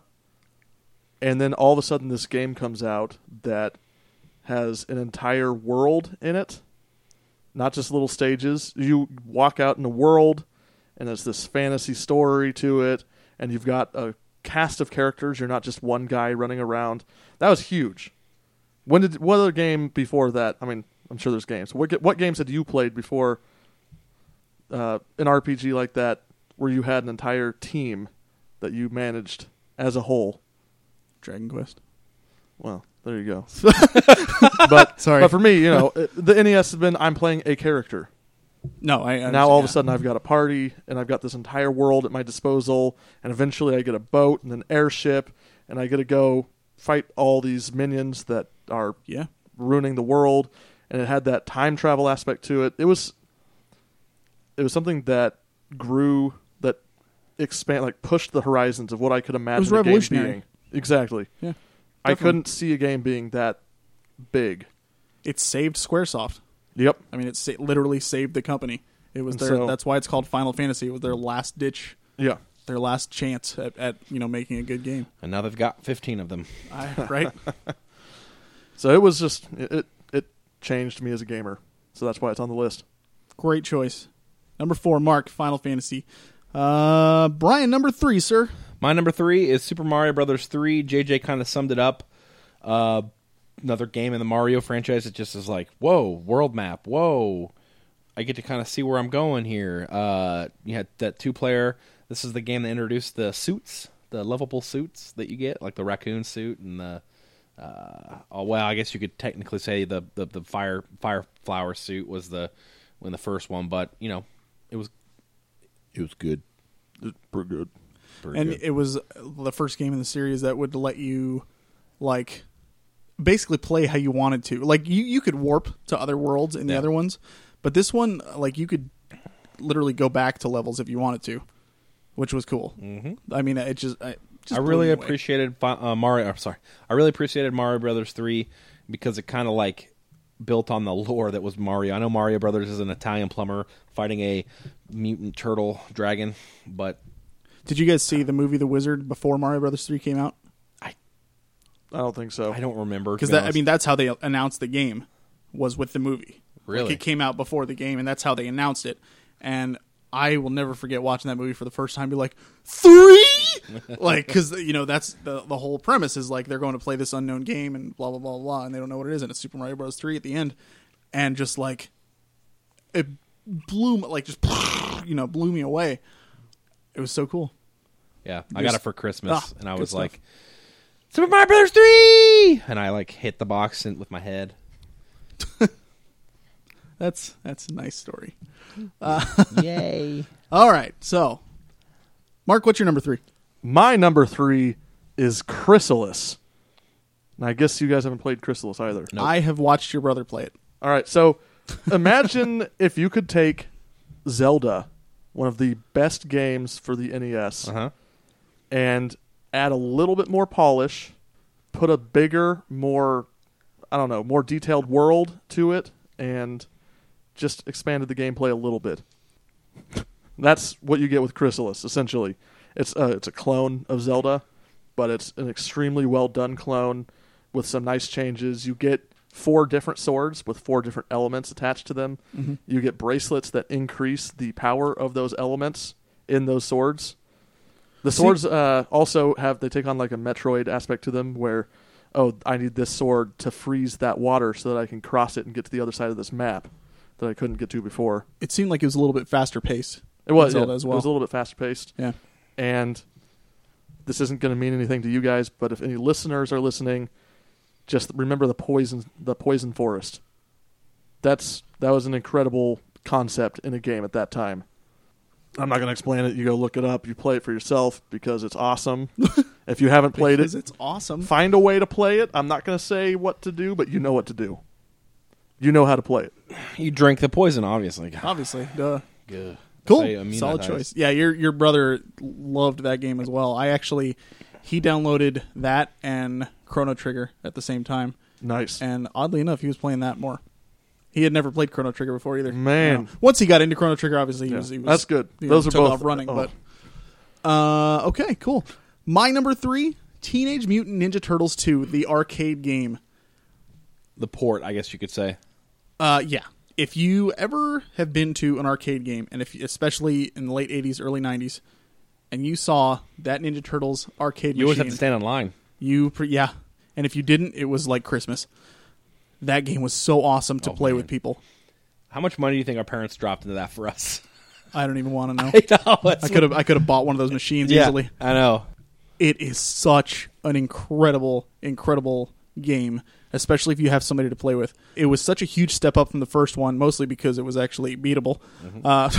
S3: And then all of a sudden, this game comes out that has an entire world in it not just little stages. You walk out in the world, and it's this fantasy story to it, and you've got a cast of characters. You're not just one guy running around. That was huge. When did what other game before that? I mean, I'm sure there's games. What ga- what games had you played before uh, an RPG like that, where you had an entire team that you managed as a whole?
S2: Dragon Quest.
S3: Well, there you go. but
S2: Sorry.
S3: but for me, you know, it- the NES has been I'm playing a character.
S2: No, I, I
S3: now all of a
S2: yeah.
S3: sudden I've got a party and I've got this entire world at my disposal, and eventually I get a boat and an airship, and I get to go fight all these minions that are
S2: yeah,
S3: ruining the world. And it had that time travel aspect to it. It was it was something that grew that expand like pushed the horizons of what I could imagine. a game
S2: revolutionary.
S3: being. Exactly.
S2: yeah.
S3: I
S2: Definitely.
S3: couldn't see a game being that big.
S2: It saved SquareSoft.
S3: Yep.
S2: I mean, it sa- literally saved the company. It was
S3: And
S2: their.
S3: so-
S2: that's why it's called Final Fantasy. It was their last ditch,
S3: Yeah.
S2: their last chance at, at you know making a good game.
S1: And now they've got 15 of them.
S2: I, right?
S3: So it was just it, it it changed me as a gamer. So that's why it's on the list.
S2: Great choice. Number four, Mark. Final Fantasy. Uh, Brian, number three, sir.
S1: My number three is Super Mario Brothers three. JJ kind of summed it up. Uh, another game in the Mario franchise. It just is like, whoa, world map. Whoa, I get to kind of see where I'm going here. Uh, you had that two player. This is the game that introduced the suits, the lovable suits that you get, like the raccoon suit and the. Uh, oh well, I guess you could technically say the, the the fire fire flower suit was the when the first one, but you know, it was it was good.
S3: It's pretty good.
S1: Very
S2: and
S1: good.
S2: it was uh, the first game in the series that would let you like basically play how you wanted to like you, you could warp to other worlds in the
S1: Yeah.
S2: other ones but this one like you could literally go back to levels if you wanted to which was cool mm-hmm. i mean it just i, just
S1: I
S2: blew
S1: really
S2: me away.
S1: appreciated fi- uh, Mario. I'm sorry, I really appreciated Mario Brothers three because it kind of like built on the lore that was Mario. I know Mario Brothers is an Italian plumber fighting a mutant turtle dragon, but
S2: did you guys see the movie the wizard before mario brothers 3 came out
S3: I don't think so.
S1: I don't remember to
S2: because
S1: be
S2: that i
S1: honest.
S2: mean that's how they announced the game was with the movie
S1: Really?
S2: like it came out before the game and that's how they announced it and i will never forget watching that movie for the first time be like three like because you know that's the, the whole premise is like they're going to play this unknown game and blah blah blah blah and they don't know what it is and it's super mario bros 3 at the end and just like it blew my- like just you know blew me away it was so cool
S1: yeah, I got
S2: just-
S1: it for Christmas,
S2: Ah,
S1: and I
S2: good
S1: was
S2: stuff.
S1: like, Super Mario Brothers three, and I like hit the box and, with my head.
S2: that's that's a nice story Uh,
S1: Yay!
S2: all right so mark what's your number three
S3: My number three is Chrysalis. And I guess you guys haven't played Chrysalis either.
S1: Nope.
S2: I have watched your brother play it.
S3: All right, so imagine if you could take Zelda, one of the best games for the E NES,
S1: Uh huh.
S3: and add a little bit more polish, put a bigger, more I don't know, more detailed world to it, and just expanded the gameplay a little bit. That's what you get with Chrysalis, essentially. It's a, it's a clone of Zelda, but it's an extremely well done clone with some nice changes. You get four different swords with four different elements attached to them. You get bracelets that increase the power of those elements in those swords. The swords uh, also have they take on like a Metroid aspect to them, where oh, I need this sword to freeze that water so that I can cross it and get to the other side of this map that I couldn't get to before.
S2: It seemed like it was a little bit faster paced.
S3: It was
S2: than
S3: yeah,
S2: Zelda as
S3: It
S2: well.
S3: was a little bit faster paced,
S2: yeah,
S3: and this isn't going to mean anything to you guys, but if any listeners are listening, just remember the poison the poison forest. That's that was an incredible concept in a game at that time. I'm not going to explain it. You go look it up. You play it for yourself because it's awesome. if you haven't played it,
S2: Because it's awesome.
S3: find a way to play it. I'm not going to say what to do, but you know what to do. You know how to play it.
S1: You drink the poison, obviously.
S2: Obviously, duh.
S1: Good. Say
S2: Ah, Cool,
S1: immunized.
S2: solid choice. Yeah, your your brother loved that game as well. I actually he downloaded that and Chrono Trigger at the same time,
S3: Nice.
S2: and oddly enough, he was playing that more. He had never played Chrono Trigger before either.
S3: Man.
S2: No. once he got into Chrono Trigger, obviously he
S3: Yeah.
S2: was. He was
S3: That's good.
S2: you
S3: Those are
S2: took
S3: both-
S2: off running,
S3: oh.
S2: but Uh, okay, cool. My number three: Teenage Mutant Ninja Turtles Two, the arcade game.
S1: The port, I guess you could say.
S2: Uh, yeah, if you ever have been to an arcade game, and if especially in the late '80s, early '90s, and you saw that Ninja Turtles arcade
S1: You always
S2: machine,
S1: have to stand in line.
S2: you pre- yeah, and if you didn't, it was like Christmas. That game was so awesome to
S1: Oh,
S2: play
S1: man.
S2: with people.
S1: How much money do you think our parents dropped into that for us?
S2: I don't even want to know.
S1: I know. that's
S2: I could have I could have bought one of those machines
S1: yeah,
S2: easily.
S1: I know.
S2: it is such an incredible, incredible game, especially if you have somebody to play with. It was such a huge step up from the first one, mostly because it was actually beatable.
S1: Mm-hmm.
S2: Uh,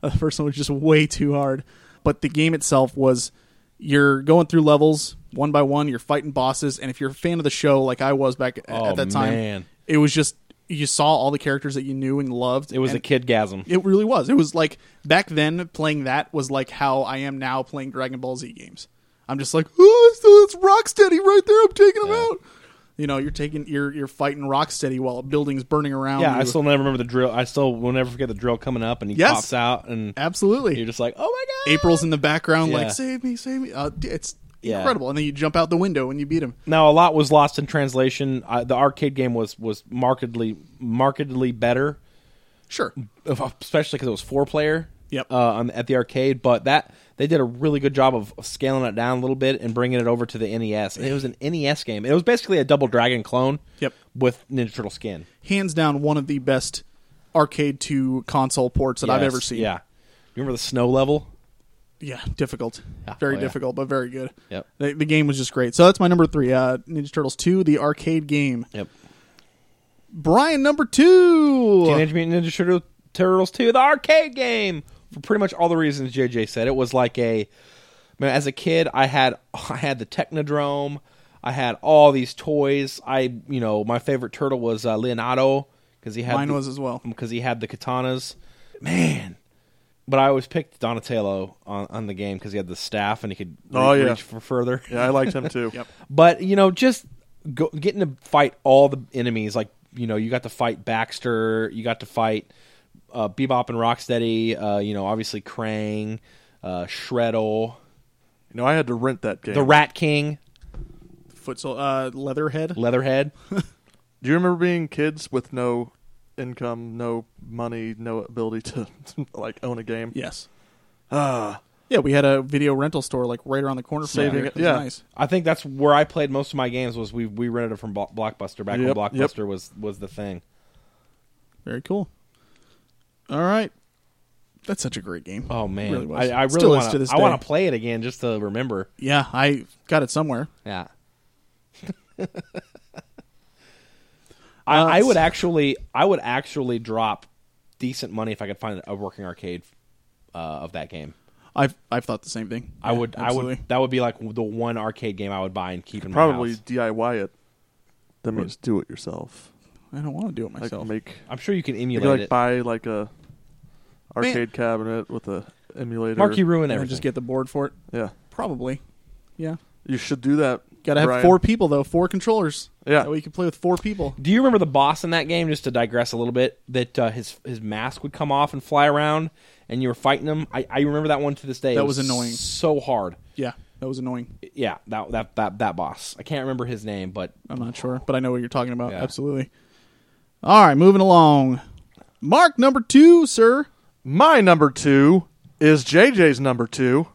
S2: the first one was just way too hard. But the game itself was you're going through levels one by one, you're fighting bosses, and if you're a fan of the show like I was back at,
S1: Oh,
S2: at that time,
S1: man.
S2: it was just you saw all the characters that you knew and loved.
S1: It was
S2: and
S1: a kidgasm.
S2: it really was. It was like back then playing that was like how I am now playing Dragon Ball Z games. I'm just like, oh, it's, it's Rocksteady right there. I'm taking him
S1: Yeah.
S2: out. You know, you're taking you're you're fighting Rocksteady while a building's burning around.
S1: Yeah,
S2: you.
S1: I still never remember the drill. I still will never forget the drill coming up and he
S2: Yes.
S1: pops out and you're
S2: absolutely.
S1: just like, oh my god.
S2: April's in the background,
S1: Yeah.
S2: like save me, save me. Uh, d- it's
S1: Yeah.
S2: incredible. And then you jump out the window and you beat him.
S1: Now a lot was lost in translation. I, the arcade game was was markedly markedly better,
S2: Sure,
S1: Mm. especially because it was four player.
S2: Yep.
S1: Uh, on, at the arcade, but that they did a really good job of scaling it down a little bit and bringing it over to the NES. And it was an NES game. It was basically a Double Dragon clone.
S2: Yep.
S1: With Ninja Turtle skin.
S2: hands down one of the best arcade to console ports that I've
S1: Yes,
S2: ever seen.
S1: Yeah. You remember the snow level?
S2: yeah, difficult,
S1: Yeah.
S2: very
S1: Oh, yeah.
S2: difficult, but very good.
S1: Yep.
S2: the, the game was just great. So that's my number three, uh, Ninja Turtles two, the arcade game.
S1: Yep.
S2: Brian number two,
S1: Teenage Mutant Ninja Turtle- Turtles 2, the arcade game, for pretty much all the reasons JJ said. It was like a, man, as a kid, I had I had the Technodrome, I had all these toys. I, you know, my favorite turtle was uh, Leonardo because he had
S2: mine
S1: the-
S2: was as well.
S1: because he had the katanas. Man. But I always picked Donatello on, on the game because he had the staff and he could re-
S3: Oh, yeah.
S1: reach for further.
S3: Yeah, I liked him too.
S2: Yep.
S1: But you know, just go, getting to fight all the enemies, like you know, you got to fight Baxter, you got to fight uh, Bebop and Rocksteady, uh, you know, obviously Krang, uh, Shreddle,
S3: You know, I had to rent that game.
S1: the Rat King,
S2: Foot sol- uh, Leatherhead.
S1: Leatherhead.
S3: Do you remember being kids with no income, no money, no ability to like own a game?
S2: yes.
S3: Ah,
S2: Yeah, we had a video rental store like right around the corner. From
S3: Saving
S2: here.
S3: it,
S2: was
S3: yeah.
S2: nice.
S1: I think that's where I played most of my games. Was we we rented it from Blo- Blockbuster back
S3: Yep,
S1: when
S3: yep.
S1: Blockbuster was was the thing.
S2: Very cool. All right, that's such a great game.
S1: Oh man,
S2: Really was.
S1: I, I really
S2: Still is
S1: want
S2: to this
S1: I want
S2: day.
S1: to play it again just to remember.
S2: Yeah, I got it somewhere.
S1: Yeah. I, I would actually, I would actually drop decent money if I could find a working arcade uh, of that game.
S2: I've I've thought the same thing.
S1: I would, I
S2: absolutely.
S1: would. That would be like the one arcade game I would buy and keep in my
S3: probably
S1: house.
S3: DIY it. That means do it yourself.
S2: I don't want to do it
S3: Like
S2: myself.
S3: make
S1: I'm sure you can
S3: you
S1: emulate
S3: can, like
S1: it.
S3: buy like a arcade cabinet with a emulator.
S1: Mark, you ruin
S2: and
S1: everything.
S2: just get the board for it.
S3: yeah,
S2: Probably. Yeah.
S3: you should do that.
S2: Got to have
S3: Brian.
S2: four people though, four controllers.
S3: Yeah.
S2: That way you can play with four people.
S1: Do you remember the boss in that game? Just to digress a little bit, that uh, his his mask would come off and fly around, and you were fighting him. I, I remember that one to this day.
S2: That
S1: It
S2: was annoying.
S1: So hard.
S2: Yeah, that was annoying.
S1: Yeah, that that that that boss. I can't remember his name, but
S2: I'm not sure, but I know what you're talking about.
S1: Yeah.
S2: Absolutely. All right, moving along. Mark number two, sir.
S3: My number two is JJ's number two.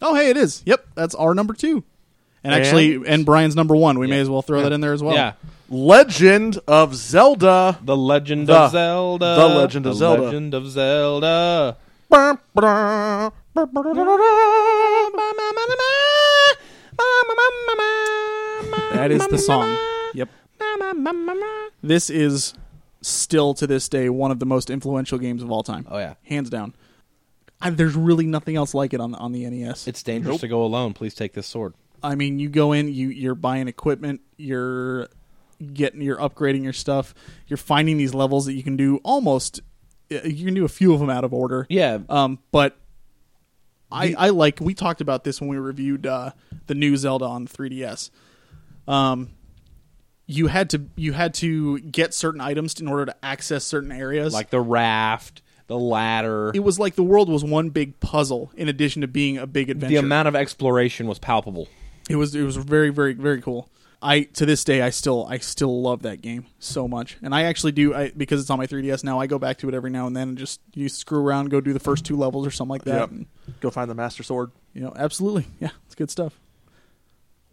S2: Oh, hey, it is. Yep, that's our number two. And actually, and, Brian's number one. We may as well throw that in there as well.
S1: yeah.
S3: Legend of Zelda.
S1: The Legend
S3: The-
S1: of Zelda.
S3: The Legend of Zelda.
S1: Legend of Zelda.
S2: That is the song. Yep. This is still to this day one of the most influential games of all time.
S1: Oh, yeah.
S2: hands down. I, there's really nothing else like it on the, on the E NES.
S1: It's dangerous to go alone. Please take this sword.
S2: I mean, you go in, you you're buying equipment, you're getting, you're upgrading your stuff, you're finding these levels that you can do almost. uh, You can do a few of them out of order.
S1: Yeah.
S2: Um, but I I like we talked about this when we reviewed uh, the new Zelda on 3DS. Um, you had to you had to get certain items in order to access certain areas.
S1: Like the raft, the ladder.
S2: it was like the world was one big puzzle in addition to being a big adventure.
S1: The amount of exploration was palpable.
S2: It was it was very very very cool. I to this day I still I still love that game so much, and I actually do I because it's on my 3ds now. I go back to it every now and then and just you screw around, go do the first two levels or something like that.
S3: Yep.
S2: and,
S3: Go find the Master Sword.
S2: you know, absolutely, yeah, it's good stuff.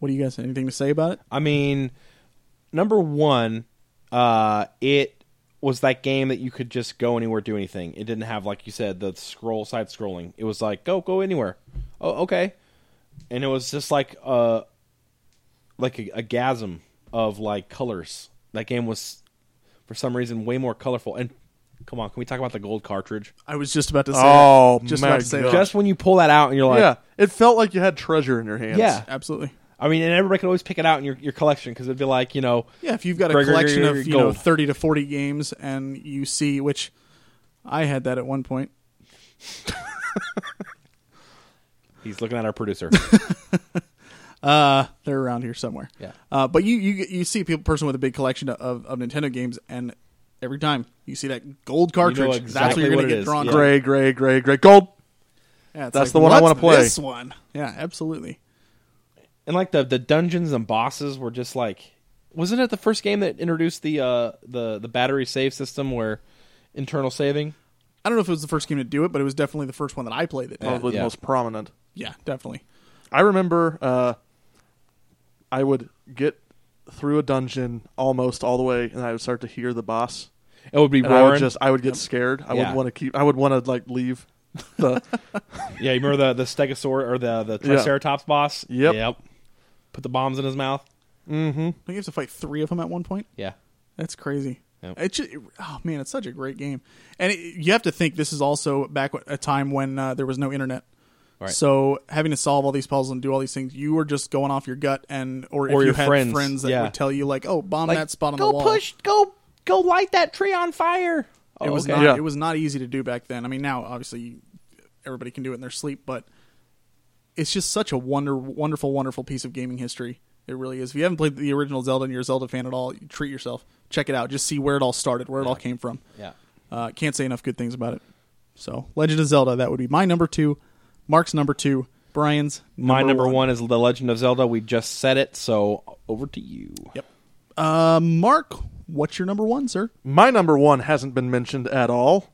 S2: What do you guys anything to say about it?
S1: I mean, number one, uh, it was that game that you could just go anywhere, do anything. It didn't have, like you said, the scroll side scrolling. It was like go, go anywhere. Oh, okay. And it was just like a like a, a gasm of like colors. That game was, for some reason, way more colorful. And come on, can we talk about the gold cartridge?
S2: I was just about to say.
S3: Oh,
S2: that. just
S3: my
S2: about to say that.
S3: God.
S1: Just when you pull that out and you're like,
S3: yeah, it felt like you had treasure in your hands.
S1: Yeah.
S2: absolutely.
S1: I mean, and everybody could always pick it out in your, your collection because it'd be like, you know,
S2: Yeah, if you've got a
S1: Gregory
S2: collection of you know
S1: Gold.
S2: thirty to forty games, and you see which I had that at one point.
S1: he's looking at our producer.
S2: Uh, they're around here somewhere.
S1: Yeah.
S2: Uh, but you you you see a people, person with a big collection of, of Nintendo games, and every time you see that gold cartridge, that's what
S1: exactly
S2: you're going
S1: what
S2: to
S1: it
S2: get
S1: is.
S2: drawn.
S1: Yeah.
S2: to.
S3: Gray, gray, gray, gray. Gold.
S2: Yeah, it's
S3: That's the one I
S2: "What's
S3: wanna play."
S2: This one. Yeah, absolutely.
S1: and like the the dungeons and bosses were just like wasn't it the first game that introduced the uh the the battery save system where internal saving
S2: I don't know if it was the first game to do it, but it was definitely the first one that I played that did. it.
S3: Probably
S1: yeah.
S3: the most prominent.
S2: Yeah, definitely.
S3: I remember uh, I would get through a dungeon almost all the way, and I would start to hear the boss.
S1: it would be
S3: And I would
S1: roaring
S3: just, I would get scared. I
S1: Yeah.
S3: would want to keep. I would want to like leave. The,
S1: yeah you remember the the stegosaur or the the
S3: Yeah.
S1: triceratops boss
S3: Yep.
S1: yep put the bombs in his mouth
S2: I think you have to fight three of them at one point.
S1: yeah
S2: That's crazy.
S1: Yep.
S2: It ju- oh man, it's such a great game, and it, you have to think this is also back w- a time when uh, there was no internet.
S1: Right.
S2: So having to solve all these puzzles and do all these things, you were just going off your gut and or, if
S1: Or
S2: you
S1: your
S2: had friends,
S1: friends,
S2: that
S1: yeah.
S2: would tell you like, "Oh, bomb that spot on
S1: go
S2: the wall."
S1: push go go light that tree on fire Oh,
S2: It was
S1: okay.
S2: not.
S3: Yeah.
S2: It was not easy to do back then. I mean, now obviously you- everybody can do it in their sleep, but it's just such a wonder, wonderful, wonderful piece of gaming history. It really is. If you haven't played the original Zelda and you're a Zelda fan at all, you treat yourself. Check it out. Just see where it all started, where it all came from.
S1: yeah
S2: Uh, can't say enough good things about it. So, Legend of Zelda, that would be my number two, Mark's number two, Brian's number
S1: my number one. is the legend of zelda we just said it so over to you
S2: Yep. Uh, Mark, what's your number one, sir?
S3: my number one hasn't been mentioned at all.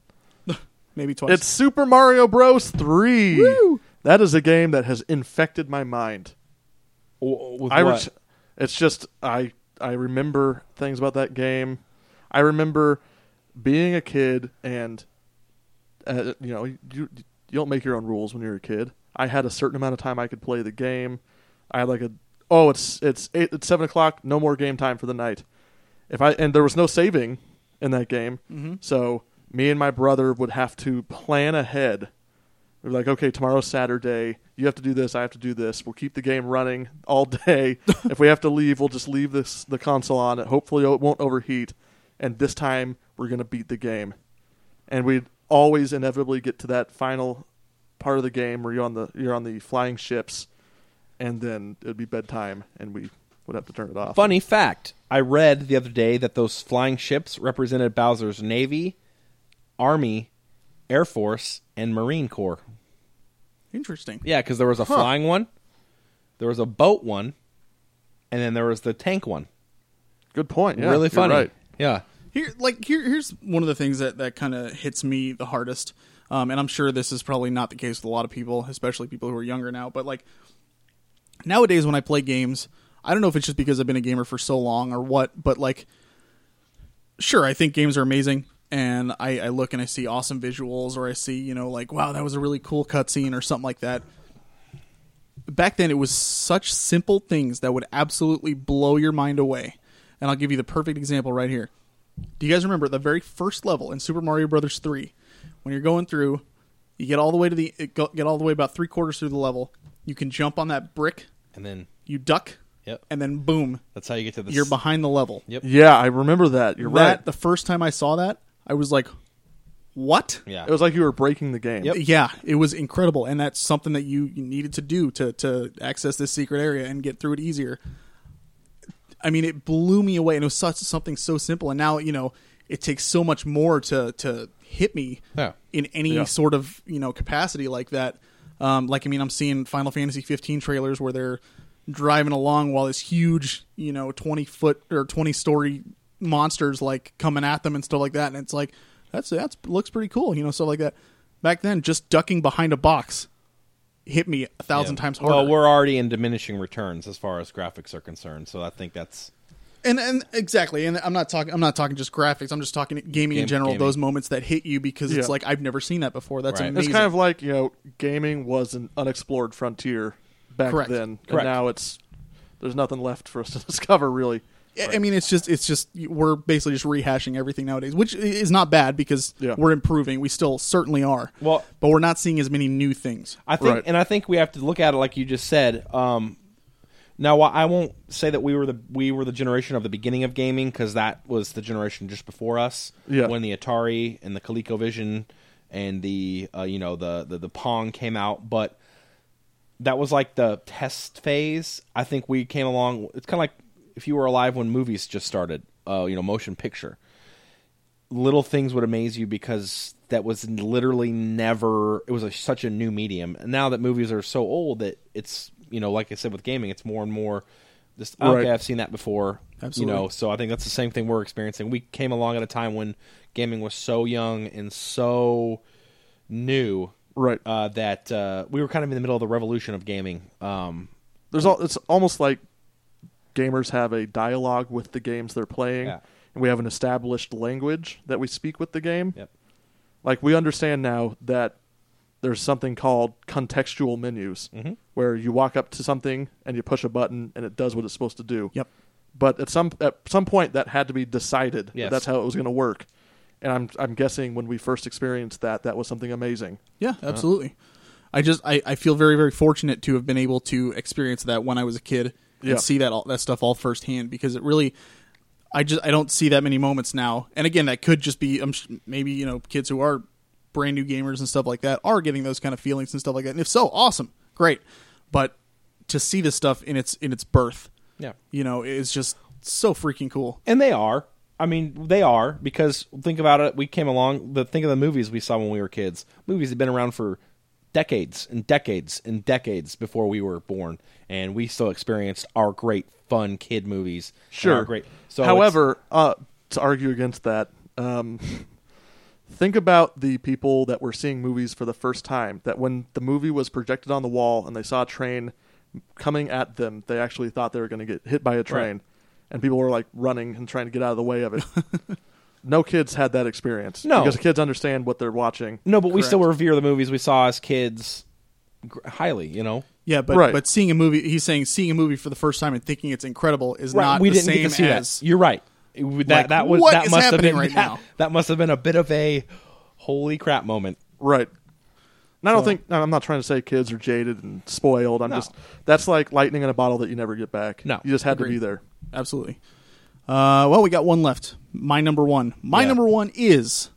S2: Maybe twice.
S3: It's Super Mario Bros. Three.
S2: Woo!
S3: That is a game that has infected my mind.
S1: W- with
S3: I
S1: what?
S3: ret- it's just I I remember things about that game. I remember being a kid and uh, you know you you don't make your own rules when you're a kid. I had a certain amount of time I could play the game. I had like a oh it's it's eight it's seven o'clock no more game time for the night. If I and there was no saving in that game, so me and my brother would have to plan ahead. We're like, okay, tomorrow's Saturday. You have to do this. I have to do this. We'll keep the game running all day. if we have to leave, we'll just leave this the console on. Hopefully, it won't overheat. And this time, we're gonna beat the game. And we'd always inevitably get to that final part of the game where you're on the you're on the flying ships, and then it'd be bedtime, and we would have to turn it off.
S1: Funny fact I read the other day that those flying ships represented Bowser's Navy, Army, Air Force, and Marine Corps.
S2: Interesting.
S1: Yeah, because there was a flying one, there was a boat one, and then there was the tank one.
S3: Good point. Yeah,
S1: really
S3: you're
S1: funny.
S3: right.
S1: Yeah.
S2: Here, like here, here's one of the things that that kind of hits me the hardest, um, and I'm sure this is probably not the case with a lot of people, especially people who are younger now. But like nowadays, when I play games, I don't know if it's just because I've been a gamer for so long or what, but like, sure, I think games are amazing, and I, I look and I see awesome visuals, or I see you know like wow, that was a really cool cutscene or something like that back then it was such simple things that would absolutely blow your mind away. And I'll give you the perfect example right here. Do you guys remember the very first level in Super Mario Brothers 3 when you're going through, you get all the way to the it go- get all the way about 3 quarters through the level, you can jump on that brick,
S1: And then
S2: you duck,
S1: Yep.
S2: and then boom,
S1: that's how you get to the.
S2: you're
S1: s-
S2: behind the level.
S1: Yep.
S3: Yeah, I remember that. You're
S2: That
S3: right.
S2: the first time I saw that, I was like, "What?"
S1: Yeah.
S3: It was like you were breaking the game.
S2: yeah, it was incredible, and that's something that you you needed to do to to access this secret area and get through it easier. I mean, it blew me away, and it was such something so simple. And now you know it takes so much more to to hit me
S1: Yeah.
S2: in any
S3: Yeah.
S2: sort of you know capacity like that. Um, like I mean, I'm seeing Final Fantasy 15 trailers where they're driving along while this huge, you know, twenty foot or twenty story monsters like coming at them and stuff like that. And it's like that's that's looks pretty cool, you know, stuff like that. Back then, just ducking behind a box hit me a thousand
S1: Yeah.
S2: times harder.
S1: Well, we're already in diminishing returns as far as graphics are concerned, so I think that's
S2: and and exactly and i'm not talking i'm not talking just graphics i'm just talking gaming
S1: Game-
S2: in general
S1: gaming.
S2: those moments that hit you because
S3: Yeah.
S2: it's like i've never seen that before that's
S1: Right. It's
S2: amazing
S3: It's kind of like you know, gaming was an unexplored frontier back
S2: Correct.
S3: then, and
S1: Correct.
S3: now it's there's nothing left for us to discover really.
S2: I- i mean it's just it's just we're basically just rehashing everything nowadays which i- is not bad because
S3: Yeah.
S2: we're improving we still certainly are
S1: Well-
S2: but we're not seeing as many new things
S1: I think,
S3: Right.
S1: and I think we have to look at it like you just said. Um, now, wh- I won't say that we were the we were the generation of the beginning of gaming because that was the generation just before us.
S3: Yeah.
S1: When the Atari and the ColecoVision and the uh, you know the, the the Pong came out, but that was like the test phase. I think we came along. It's kind of like if you were alive when movies just started. Uh, you know, motion picture little things would amaze you because that was literally never it was a, such a new medium and now that movies are so old that it's you know like i said with gaming it's more and more just okay
S3: Right.
S1: i've seen that before
S2: Absolutely.
S1: you know so i think that's the same thing we're experiencing we came along at a time when gaming was so young and so new
S3: Right.
S1: uh, that uh, we were kind of in the middle of the revolution of gaming um,
S3: There's all it's almost like gamers have a dialogue with the games they're playing,
S1: Yeah.
S3: and we have an established language that we speak with the game.
S1: yep
S3: Like we understand now that there's something called contextual menus,
S1: Mhm.
S3: where you walk up to something and you push a button and it does what it's supposed to do.
S2: yep
S3: but at some at some point that had to be decided
S1: Yes.
S3: that's how it was going to work and i'm i'm guessing when we first experienced that that was something amazing
S2: yeah absolutely i just I, I feel very very fortunate to have been able to experience that when i was a kid and
S3: Yeah.
S2: see that all that stuff all firsthand because it really I just I don't see that many moments now. And again, that could just be um, maybe you know kids who are brand new gamers and stuff like that are getting those kind of feelings and stuff like that. And if so, awesome, great. But to see this stuff in its in its birth,
S1: yeah
S2: you know, is just so freaking cool.
S1: And they are. I mean, they are because think about it. We came along. The think of the movies we saw when we were kids. Movies have been around for decades and decades and decades before we were born, and we still experienced our great fun kid movies. and our great. So, it's-
S3: however uh to argue against that um think about the people that were seeing movies for the first time that when the movie was projected on the wall and they saw a train coming at them they actually thought they were going to get hit by a train and people were like running and trying to get out of the way of it no kids had that experience
S1: No.
S3: because kids understand what they're watching
S1: no, but we still
S2: Correct.
S1: revere the movies we saw as kids gr- highly. You know,
S2: Yeah, but
S3: Right.
S2: but seeing a movie, he's saying seeing a movie for the first time and thinking it's incredible is not
S1: we
S2: the
S1: didn't
S2: same
S1: get to see
S2: as
S1: that. You're right. It would- That,
S2: Like,
S1: that was
S2: what
S1: that
S2: is
S1: must have
S2: happening
S1: been
S2: right
S1: that-
S2: now?
S1: that must have been a bit of a holy crap moment.
S3: Right. And I don't think I'm not trying to say kids are jaded and spoiled. I'm
S1: No.
S3: just that's like lightning in a bottle that you never get back.
S1: No.
S3: you just had to
S2: Agreed.
S3: be there.
S2: absolutely. Uh, well, we got one left. My number one. My
S1: Yeah.
S2: number one is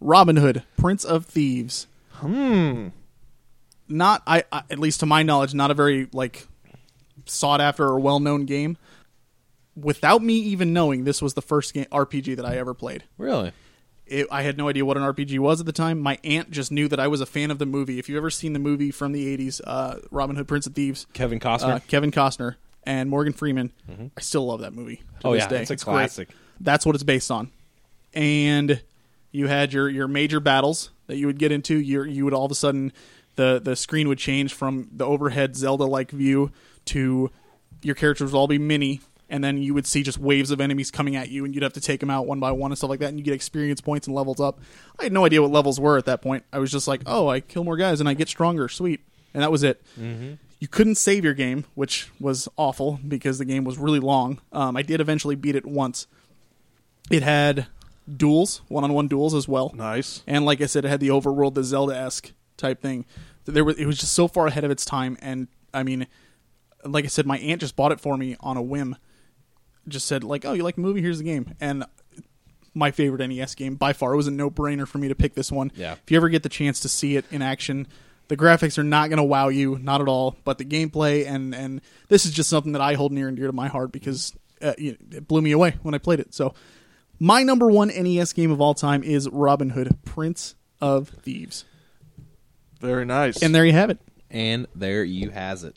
S2: Robin Hood, Prince of Thieves. Hmm. Not I, I at least to my knowledge, not a very like sought after or well known game. Without me even knowing, this was the first game RPG that I ever played
S1: Really?
S2: it, I had no idea what an RPG was at the time. My aunt just knew that I was a fan of the movie. If you've ever seen the movie from the 80s, uh, Robin Hood, Prince of Thieves,
S1: Kevin Costner? Mm-hmm.
S2: uh, Kevin Costner, and Morgan Freeman, I still love that movie. to
S1: Oh,
S2: this
S1: yeah,
S2: day.
S1: it's a
S2: great.
S1: classic.
S2: That's what it's based on. And you had your, your major battles that you would get into. You you would all of a sudden the the screen would change from the overhead Zelda like view to your characters would all be mini, and then you would see just waves of enemies coming at you, and you'd have to take them out one by one and stuff like that. And you get experience points and levels up. I had no idea what levels were at that point. I was just like, oh, I kill more guys and I get stronger. Sweet, and that was it. Mm-hmm. You couldn't save your game, which was awful because the game was really long. Um, I did eventually beat it once. It had duels, one-on-one duels as well.
S3: Nice.
S2: And like I said, it had the overworld, the Zelda esque type thing. There was it was just so far ahead of its time, and I mean, like I said, my aunt just bought it for me on a whim. Just said like, "Oh, you like the movie? Here's the game." And my favorite NES game by far. It was a no brainer for me to pick this one.
S1: Yeah.
S2: If you ever get the chance to see it in action, the graphics are not going to wow you, not at all. But the gameplay and and this is just something that I hold near and dear to my heart because uh, you know, it blew me away when I played it. So my number one NES game of all time is Robin Hood, Prince of Thieves,
S3: Very nice.
S2: and there you have it.
S1: And there you has it.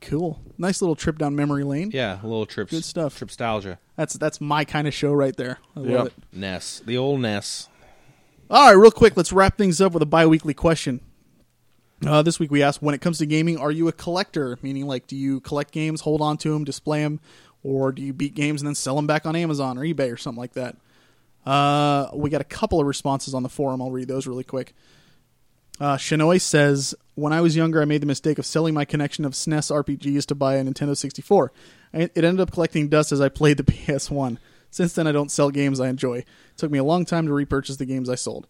S2: Cool. Nice little trip down memory lane.
S1: Yeah, a little trips.
S2: Good stuff.
S1: Tripstalgia.
S2: That's that's my kind of show right there. I
S3: Yeah.
S2: love it.
S1: Ness. The old Ness.
S2: All right, real quick, let's wrap things up with a bi-weekly question. Uh, this week we asked, when it comes to gaming, are you a collector? Meaning, like, do you collect games, hold on to them, display them, or do you beat games and then sell them back on Amazon or eBay or something like that? Uh, we got a couple of responses on the forum. I'll read those really quick. Uh, Shinoe says, When I was younger, I made the mistake of selling my connection of E SNES RPGs to buy a Nintendo 64. I- It ended up collecting dust as I played the PS1. Since then, I don't sell games I enjoy. It took me a long time to repurchase the games I sold.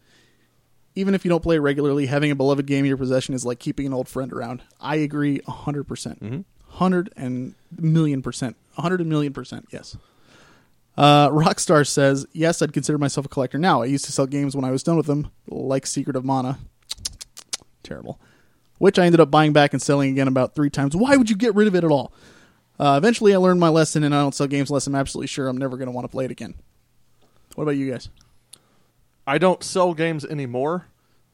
S2: Even if you don't play regularly, having a beloved game in your possession is like keeping an old friend around. I agree 100%. percent 100 and million percent. 100 and million percent, yes. Uh, Rockstar says, Yes, I'd consider myself a collector now. I used to sell games when I was done with them, like Secret of Mana. Terrible. Which I ended up buying back and selling again about three times. Why would you get rid of it at all? Uh, eventually, I learned my lesson, and I don't sell games unless I'm absolutely sure I'm never going to want to play it again. What about you guys?
S3: I don't sell games anymore.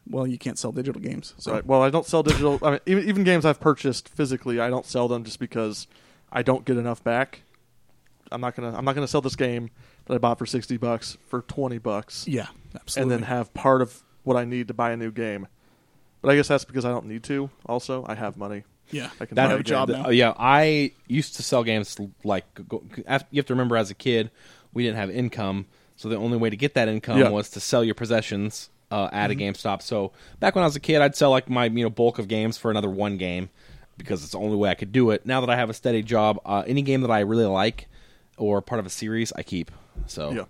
S2: Well, you can't sell digital games. So.
S3: Right. Well, I don't sell digital. I mean, even, even games I've purchased physically, I don't sell them just because I don't get enough back. I'm not gonna. I'm not gonna sell this game that I bought for sixty bucks for twenty bucks,
S2: Yeah,
S3: and
S2: absolutely.
S3: then have part of what I need to buy a new game. But I guess that's because I don't need to. Also, I have money.
S2: yeah,
S3: I can
S2: I
S3: buy
S2: have a
S3: a
S2: job
S1: The-
S2: now.
S1: oh, yeah, I used to sell games like go, af- you have to remember as a kid, we didn't have income, so the only way to get that income
S3: Yeah.
S1: was to sell your possessions uh, at a GameStop. So back when I was a kid, I'd sell like my you know bulk of games for another one game because it's the only way I could do it. Now that I have a steady job, uh, any game that I really like or part of a series, I keep. So
S3: Yeah.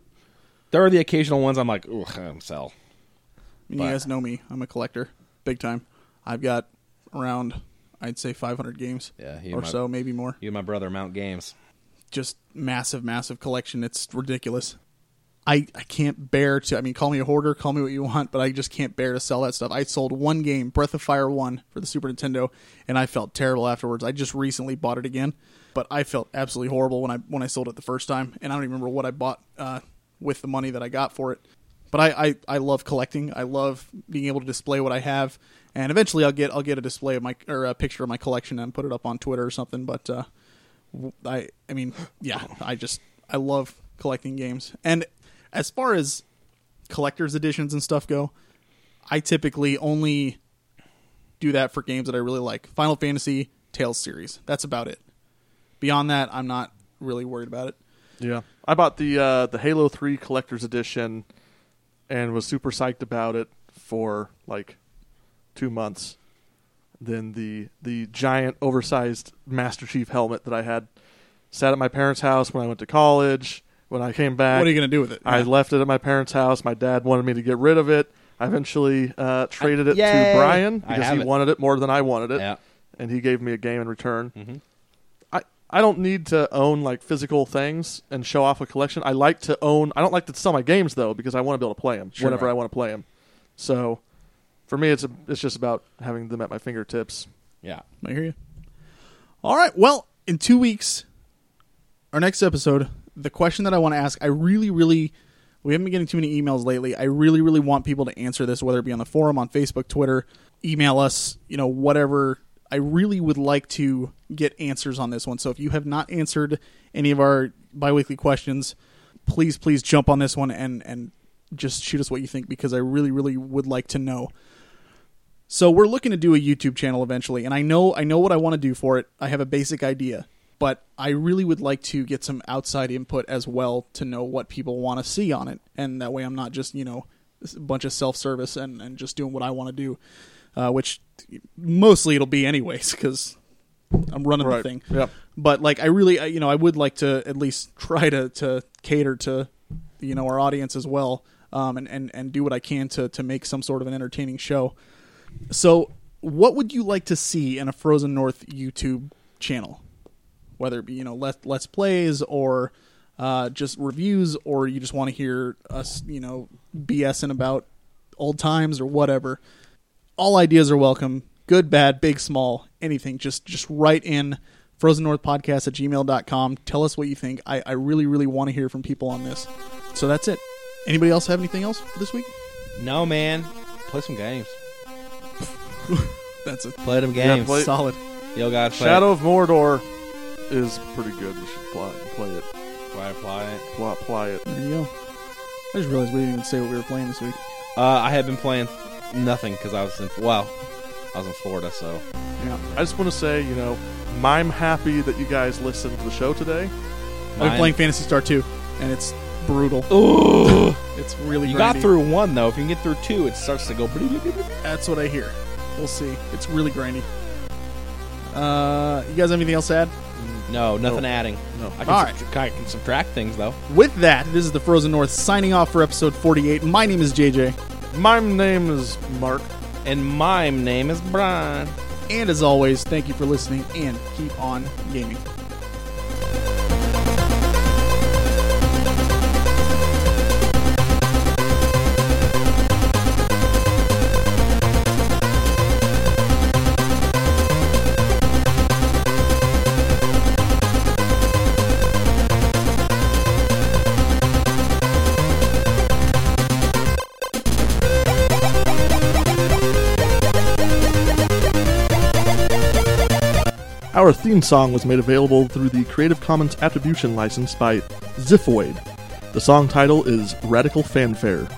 S1: there are the occasional ones I'm like, ugh, I'm sell.
S2: You
S1: But-
S2: guys know me. I'm a collector, big time. I've got around, I'd say, 500 games.
S1: Yeah, you
S2: or
S1: might-
S2: so, maybe more.
S1: You and my brother mount games.
S2: Just massive, massive collection. It's ridiculous. I I can't bear to. I mean, call me a hoarder, call me what you want, but I just can't bear to sell that stuff. I sold one game, Breath of Fire One, for the Super Nintendo, and I felt terrible afterwards. I just recently bought it again, but I felt absolutely horrible when I when I sold it the first time, and I don't even remember what I bought uh, with the money that I got for it. But I, I, I love collecting. I love being able to display what I have, and eventually I'll get I'll get a display of my or a picture of my collection and put it up on Twitter or something. But uh, I I mean, yeah, I just I love collecting games. And as far as collector's editions and stuff go, I typically only do that for games that I really like. Final Fantasy, Tales series. That's about it. Beyond that, I'm not really worried about it.
S3: Yeah, I bought the uh, the Halo Three Collector's Edition, and was super psyched about it for like two months. Then the the giant oversized Master Chief helmet that I had sat at my parents' house when I went to college. When I came back,
S2: What are you going to do with it?
S3: I left it at my parents' house. My dad wanted me to get rid of it. I eventually uh, traded it
S1: Yay!
S3: to Brian
S1: I
S3: because
S1: have
S3: he
S1: it.
S3: wanted it more than I wanted it,
S1: Yeah. Mm-hmm.
S3: and he gave me a game in return. I I don't need to own like physical things and show off a collection. I like to own. I don't like to sell my games though because I want to be able to play them
S1: Sure,
S3: whenever
S1: right.
S3: I want to play them. So for me, it's a, it's just about having them at my fingertips.
S1: Yeah.
S2: I hear you. All right. Well, in two weeks, our next episode, the question that I want to ask, I really, really, we haven't been getting too many emails lately. I really, really want people to answer this, whether it be on the forum, on Facebook, Twitter, email us, you know, whatever. I really would like to get answers on this one. So if you have not answered any of our bi weekly questions, please, please jump on this one and, and, just shoot us what you think because I really, really would like to know. So we're looking to do a YouTube channel eventually, and I know I know what I want to do for it. I have a basic idea, but I really would like to get some outside input as well to know what people want to see on it, and that way I'm not just you know a bunch of self service and and just doing what I want to do, uh, which mostly it'll be anyways because I'm running the
S3: Right.
S2: thing.
S3: Yep.
S2: But like I really I- you know I would like to at least try to to cater to you know our audience as well. Um, and, and, and do what I can to, to make some sort of an entertaining show. So, what would you like to see in a Frozen North YouTube channel? Whether it be you know let let's plays or uh, just reviews, or you just want to hear us you know BSing about old times or whatever. All ideas are welcome. Good, bad, big, small, anything. Just just write in frozen north podcast at gmail.com. Tell us what you think. I, I really, really want to hear from people on this. So that's it. Anybody else have anything else for this week?
S1: No man, play some games.
S2: That's a
S1: Play them
S3: Yeah,
S1: games.
S3: play-
S2: solid.
S1: Yo, God, play
S3: Shadow of Mordor is pretty good. You should fly, play it.
S1: It. Play, it, play it.
S3: Pl- Apply it.
S2: There you go. I just realized we didn't even say what we were playing this week.
S1: Uh, I had been playing nothing because I was in well, I was in Florida, so
S2: Yeah.
S3: I just want to say, you know, I'm happy that you guys listened to the show today.
S2: I've been
S1: Mine-
S2: playing Fantasy Star 2, and it's brutal.
S1: Ooh,
S2: It's really
S1: you got
S2: grindy.
S1: through one though. If you can get through two, it starts to go. bleep, bleep, bleep, bleep.
S2: That's what I hear. We'll see. It's really grindy. Uh, you guys have anything else to add?
S1: No, nothing adding.
S3: No.
S1: I can,
S2: All right.
S1: subtra- I can subtract things though.
S2: With that, this is the Frozen North signing off for episode 48. My name is JJ,
S3: My name is Mark.
S1: And my name is Brian.
S2: and as always, thank you for listening and keep on gaming.
S3: Our theme song was made available through the Creative Commons Attribution License by Ziphoid. The song title is Radical Fanfare.